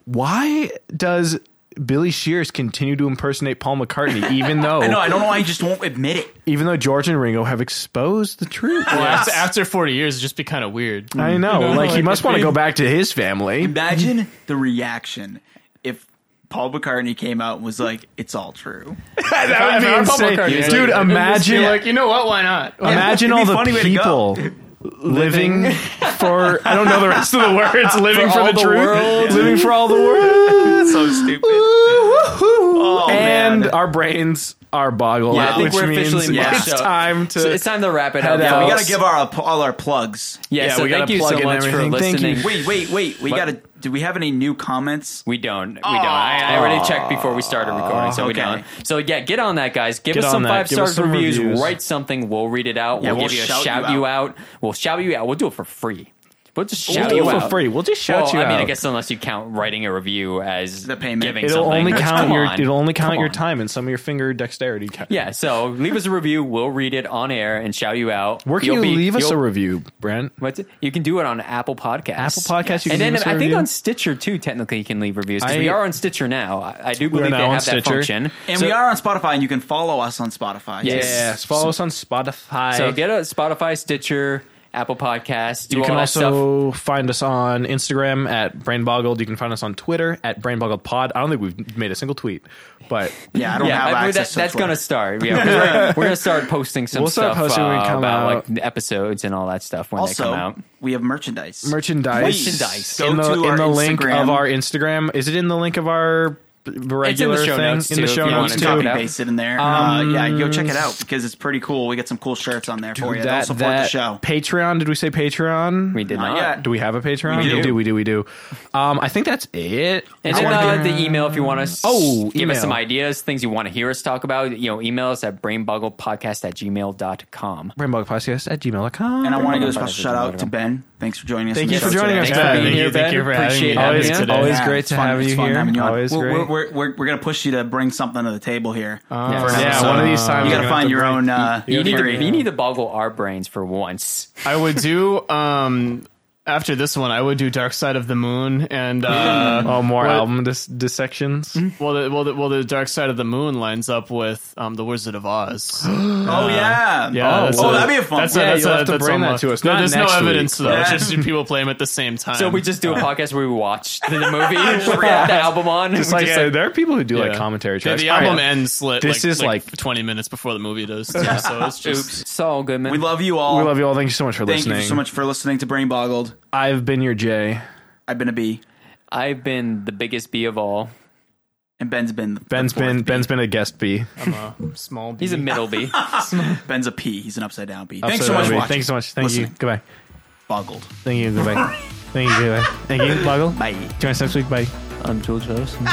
[SPEAKER 4] why does Billy Shears continue to impersonate Paul McCartney even though
[SPEAKER 1] I know, I don't know why you just won't admit it.
[SPEAKER 4] even though George and Ringo have exposed the truth?
[SPEAKER 3] After, after 40 years, it'd just be kind of weird.
[SPEAKER 4] I know, like he must want to go back to his family.
[SPEAKER 1] Imagine the reaction if Paul McCartney came out and was like, It's all true.
[SPEAKER 4] that would be insane, dude. Imagine,
[SPEAKER 3] You're like, you know what? Why not?
[SPEAKER 4] imagine
[SPEAKER 1] it'd
[SPEAKER 4] all
[SPEAKER 1] be a funny
[SPEAKER 4] the
[SPEAKER 1] way to go.
[SPEAKER 4] people living for I don't know the rest of the words. Living for,
[SPEAKER 2] all
[SPEAKER 4] the,
[SPEAKER 2] the
[SPEAKER 4] truth,
[SPEAKER 2] world.
[SPEAKER 4] living for all the world.
[SPEAKER 1] So stupid.
[SPEAKER 4] oh, and
[SPEAKER 1] man.
[SPEAKER 4] our brains are boggled
[SPEAKER 2] Yeah, I
[SPEAKER 4] out,
[SPEAKER 2] think
[SPEAKER 4] which
[SPEAKER 2] we're
[SPEAKER 4] means
[SPEAKER 2] officially
[SPEAKER 4] it's
[SPEAKER 2] maxed out.
[SPEAKER 4] time to.
[SPEAKER 2] So it's time to wrap it up.
[SPEAKER 4] Head
[SPEAKER 1] Yeah, we
[SPEAKER 4] out.
[SPEAKER 1] gotta give our all our plugs.
[SPEAKER 2] Yeah,
[SPEAKER 4] Yeah,
[SPEAKER 2] so
[SPEAKER 4] we gotta
[SPEAKER 2] thank you
[SPEAKER 4] plug
[SPEAKER 2] so
[SPEAKER 4] in
[SPEAKER 2] much for
[SPEAKER 4] everything. Thank you.
[SPEAKER 2] listening.
[SPEAKER 1] Wait, wait, wait. We gotta do we have any new comments?
[SPEAKER 2] We don't. We don't. I, I already checked before we started recording, so we
[SPEAKER 1] Okay.
[SPEAKER 2] don't. So yeah, get on that, guys. Give
[SPEAKER 4] Get
[SPEAKER 2] us some
[SPEAKER 4] on that.
[SPEAKER 2] five
[SPEAKER 4] Give us
[SPEAKER 2] stars
[SPEAKER 4] some
[SPEAKER 2] reviews.
[SPEAKER 4] reviews.
[SPEAKER 2] Write something. We'll read it out.
[SPEAKER 1] Yeah,
[SPEAKER 2] we'll,
[SPEAKER 1] we'll
[SPEAKER 2] give you a
[SPEAKER 1] shout
[SPEAKER 2] shout,
[SPEAKER 1] you
[SPEAKER 2] you out. We'll shout you out. We'll do it for free. We'll just shout
[SPEAKER 4] do
[SPEAKER 2] you
[SPEAKER 4] it for
[SPEAKER 2] out
[SPEAKER 4] free. We'll just shout
[SPEAKER 2] Well,
[SPEAKER 4] you
[SPEAKER 2] I mean, I
[SPEAKER 4] out.
[SPEAKER 2] guess unless you count writing a review as
[SPEAKER 1] The payment.
[SPEAKER 2] Giving
[SPEAKER 4] it'll
[SPEAKER 2] something.
[SPEAKER 4] only count
[SPEAKER 2] Come
[SPEAKER 4] your.
[SPEAKER 2] on.
[SPEAKER 4] It'll only count
[SPEAKER 2] Come
[SPEAKER 4] your
[SPEAKER 2] on.
[SPEAKER 4] time and some of your finger dexterity. Ca-
[SPEAKER 2] Yeah. So leave us a review. We'll read it on air and shout you out.
[SPEAKER 4] Where can
[SPEAKER 2] You'll
[SPEAKER 4] you
[SPEAKER 2] be-
[SPEAKER 4] leave us
[SPEAKER 2] you'll-
[SPEAKER 4] a review, Brent?
[SPEAKER 2] What's it? You can do it on Apple Podcasts.
[SPEAKER 4] Apple Podcasts, you can
[SPEAKER 2] and then
[SPEAKER 4] leave us a
[SPEAKER 2] I think
[SPEAKER 4] review.
[SPEAKER 2] on Stitcher too. Technically, you can leave reviews 'cause
[SPEAKER 4] I-
[SPEAKER 2] we are on Stitcher now. I, I do believe they
[SPEAKER 4] now on
[SPEAKER 2] have that
[SPEAKER 4] Stitcher.
[SPEAKER 2] function.
[SPEAKER 1] And
[SPEAKER 2] So-
[SPEAKER 1] we are on Spotify, and you can follow us on Spotify.
[SPEAKER 2] Yes.
[SPEAKER 4] Yes, follow us on Spotify.
[SPEAKER 2] So get a Spotify, Stitcher, Apple Podcasts. Do
[SPEAKER 4] You
[SPEAKER 2] all
[SPEAKER 4] can
[SPEAKER 2] that stuff.
[SPEAKER 4] also find us on Instagram at BrainBoggled. You can find us on Twitter at BrainBoggledPod. I don't think we've made a single tweet, but
[SPEAKER 1] Yeah, I don't
[SPEAKER 2] Yeah,
[SPEAKER 1] have
[SPEAKER 2] I- that,
[SPEAKER 1] access. to
[SPEAKER 2] that's
[SPEAKER 1] Twitter.
[SPEAKER 2] going to start. Yeah, 'cause we're, we're going to start posting some
[SPEAKER 4] We'll start
[SPEAKER 2] stuff
[SPEAKER 4] posting when we
[SPEAKER 2] uh,
[SPEAKER 4] come
[SPEAKER 2] about
[SPEAKER 4] out.
[SPEAKER 2] like the episodes and all that stuff when they
[SPEAKER 1] Also,
[SPEAKER 2] come out.
[SPEAKER 1] we have merchandise.
[SPEAKER 4] merchandise.
[SPEAKER 2] Merchandise.
[SPEAKER 1] Go
[SPEAKER 4] in the,
[SPEAKER 1] to
[SPEAKER 4] in
[SPEAKER 1] our
[SPEAKER 4] the link
[SPEAKER 1] Instagram.
[SPEAKER 4] of our Instagram. Is it in the link of our b- regular
[SPEAKER 2] show
[SPEAKER 4] thing?
[SPEAKER 2] notes,
[SPEAKER 4] in the
[SPEAKER 2] too, if
[SPEAKER 4] show
[SPEAKER 2] you
[SPEAKER 1] You
[SPEAKER 4] notes
[SPEAKER 1] can
[SPEAKER 2] wanna check
[SPEAKER 1] copy
[SPEAKER 4] too.
[SPEAKER 2] it out. Um,
[SPEAKER 1] paste it in there. uh, yeah, go check it out because it's pretty cool. We got some cool shirts on there for you. They'll
[SPEAKER 4] That,
[SPEAKER 1] support
[SPEAKER 4] that
[SPEAKER 1] the show.
[SPEAKER 4] Patreon. Did we say Patreon?
[SPEAKER 2] We did
[SPEAKER 1] Not
[SPEAKER 2] not.
[SPEAKER 1] yet.
[SPEAKER 4] Do we have a Patreon?
[SPEAKER 1] We do.
[SPEAKER 4] we do. We do. We do. Um, I think that's it.
[SPEAKER 2] And
[SPEAKER 4] I
[SPEAKER 2] then
[SPEAKER 4] wanna
[SPEAKER 2] uh,
[SPEAKER 4] do-
[SPEAKER 2] the email if you want to
[SPEAKER 4] Oh,
[SPEAKER 2] give us
[SPEAKER 4] email.
[SPEAKER 2] some ideas, things you want to hear us talk about, you know, email us at brainbogglepodcast at gmail.com.
[SPEAKER 4] brainboggledpodcast at gmail.com.
[SPEAKER 1] And I want to give a special
[SPEAKER 2] Merchandise is
[SPEAKER 1] shout out to
[SPEAKER 2] wonderful.
[SPEAKER 1] Ben. Thanks for joining us.
[SPEAKER 4] Thank
[SPEAKER 1] on
[SPEAKER 4] you
[SPEAKER 1] the
[SPEAKER 4] for
[SPEAKER 1] show
[SPEAKER 4] joining
[SPEAKER 1] today.
[SPEAKER 4] us.
[SPEAKER 3] Thanks for
[SPEAKER 4] Ben. Thank
[SPEAKER 3] being here,
[SPEAKER 4] you.
[SPEAKER 3] Ben.
[SPEAKER 4] Thank you for having
[SPEAKER 3] Appreciate
[SPEAKER 4] me.
[SPEAKER 3] having
[SPEAKER 4] Always
[SPEAKER 3] you
[SPEAKER 4] good-
[SPEAKER 3] today.
[SPEAKER 4] always
[SPEAKER 1] Yeah,
[SPEAKER 4] great
[SPEAKER 1] it's
[SPEAKER 4] to
[SPEAKER 1] fun-
[SPEAKER 4] have
[SPEAKER 1] it's
[SPEAKER 4] you
[SPEAKER 1] fun
[SPEAKER 4] here.
[SPEAKER 1] having you on.
[SPEAKER 4] Always
[SPEAKER 1] we're,
[SPEAKER 4] great.
[SPEAKER 1] We're, we're, we're, we're gonna push you to bring something to the table here.
[SPEAKER 2] Yeah,
[SPEAKER 1] for an
[SPEAKER 4] yeah,
[SPEAKER 1] episode.
[SPEAKER 4] one of these times
[SPEAKER 1] you
[SPEAKER 4] we're
[SPEAKER 1] gotta
[SPEAKER 4] gonna
[SPEAKER 1] find
[SPEAKER 4] have
[SPEAKER 1] your
[SPEAKER 4] to
[SPEAKER 1] own. Uh,
[SPEAKER 2] You need, to,
[SPEAKER 1] theory.
[SPEAKER 2] you need to boggle our brains for once.
[SPEAKER 3] I would do um after this one, I would do Dark Side of the Moon and uh,
[SPEAKER 1] Hmm.
[SPEAKER 4] Oh, more
[SPEAKER 3] What-
[SPEAKER 4] album dis- dissections.
[SPEAKER 3] well, the, well, the, well, the Dark Side of the Moon lines up with um, the Wizard of Oz.
[SPEAKER 1] oh yeah,
[SPEAKER 3] Yeah, that's
[SPEAKER 1] oh, that'd be a fun
[SPEAKER 3] That's
[SPEAKER 1] one.
[SPEAKER 3] a,
[SPEAKER 1] Yeah,
[SPEAKER 3] that's
[SPEAKER 4] you'll
[SPEAKER 3] a,
[SPEAKER 4] have to
[SPEAKER 3] that's
[SPEAKER 4] bring that
[SPEAKER 3] almost-
[SPEAKER 4] to us.
[SPEAKER 3] No,
[SPEAKER 4] Not
[SPEAKER 3] there's no
[SPEAKER 4] next week.
[SPEAKER 3] evidence though.
[SPEAKER 1] Yeah.
[SPEAKER 3] It's Just people play them at the same time.
[SPEAKER 4] Um,
[SPEAKER 2] So we just do a
[SPEAKER 4] uh,
[SPEAKER 2] podcast where we watch the movie, put the album on, and
[SPEAKER 4] It's
[SPEAKER 2] we
[SPEAKER 4] like,
[SPEAKER 2] just
[SPEAKER 4] uh,
[SPEAKER 2] like
[SPEAKER 4] there are people who do like
[SPEAKER 3] Yeah.
[SPEAKER 4] commentary
[SPEAKER 3] Yeah,
[SPEAKER 4] tracks.
[SPEAKER 3] the
[SPEAKER 4] All
[SPEAKER 3] album
[SPEAKER 4] right.
[SPEAKER 3] ends like,
[SPEAKER 4] This
[SPEAKER 3] like-
[SPEAKER 4] is
[SPEAKER 3] like,
[SPEAKER 4] like-
[SPEAKER 3] 20 minutes before the movie does too, so it's just
[SPEAKER 2] oops, so good man.
[SPEAKER 1] we love you all.
[SPEAKER 4] We love you all. Thank you so much for
[SPEAKER 1] Thank
[SPEAKER 4] listening.
[SPEAKER 1] you so much for listening to Brain Boggled.
[SPEAKER 4] I've been your Jay.
[SPEAKER 1] I've been a bee,
[SPEAKER 2] I've been the biggest bee of all.
[SPEAKER 1] and Ben's been the
[SPEAKER 4] Ben's
[SPEAKER 1] fourth
[SPEAKER 4] been
[SPEAKER 1] bee.
[SPEAKER 4] Ben's been a guest B.
[SPEAKER 3] small.
[SPEAKER 2] He's a middle bee.
[SPEAKER 1] Ben's a P. He's an upside down P. Thanks
[SPEAKER 4] So
[SPEAKER 1] so much for
[SPEAKER 4] that'll
[SPEAKER 1] watching.
[SPEAKER 4] be- Thanks so much. Thank you.
[SPEAKER 1] Listening.
[SPEAKER 4] Goodbye.
[SPEAKER 1] Boggled.
[SPEAKER 4] Thank you. Goodbye. Thank you. Goodbye. Thank you. Boggle.
[SPEAKER 1] Bye.
[SPEAKER 4] Join us next week. Bye.
[SPEAKER 2] I'm George Harrison.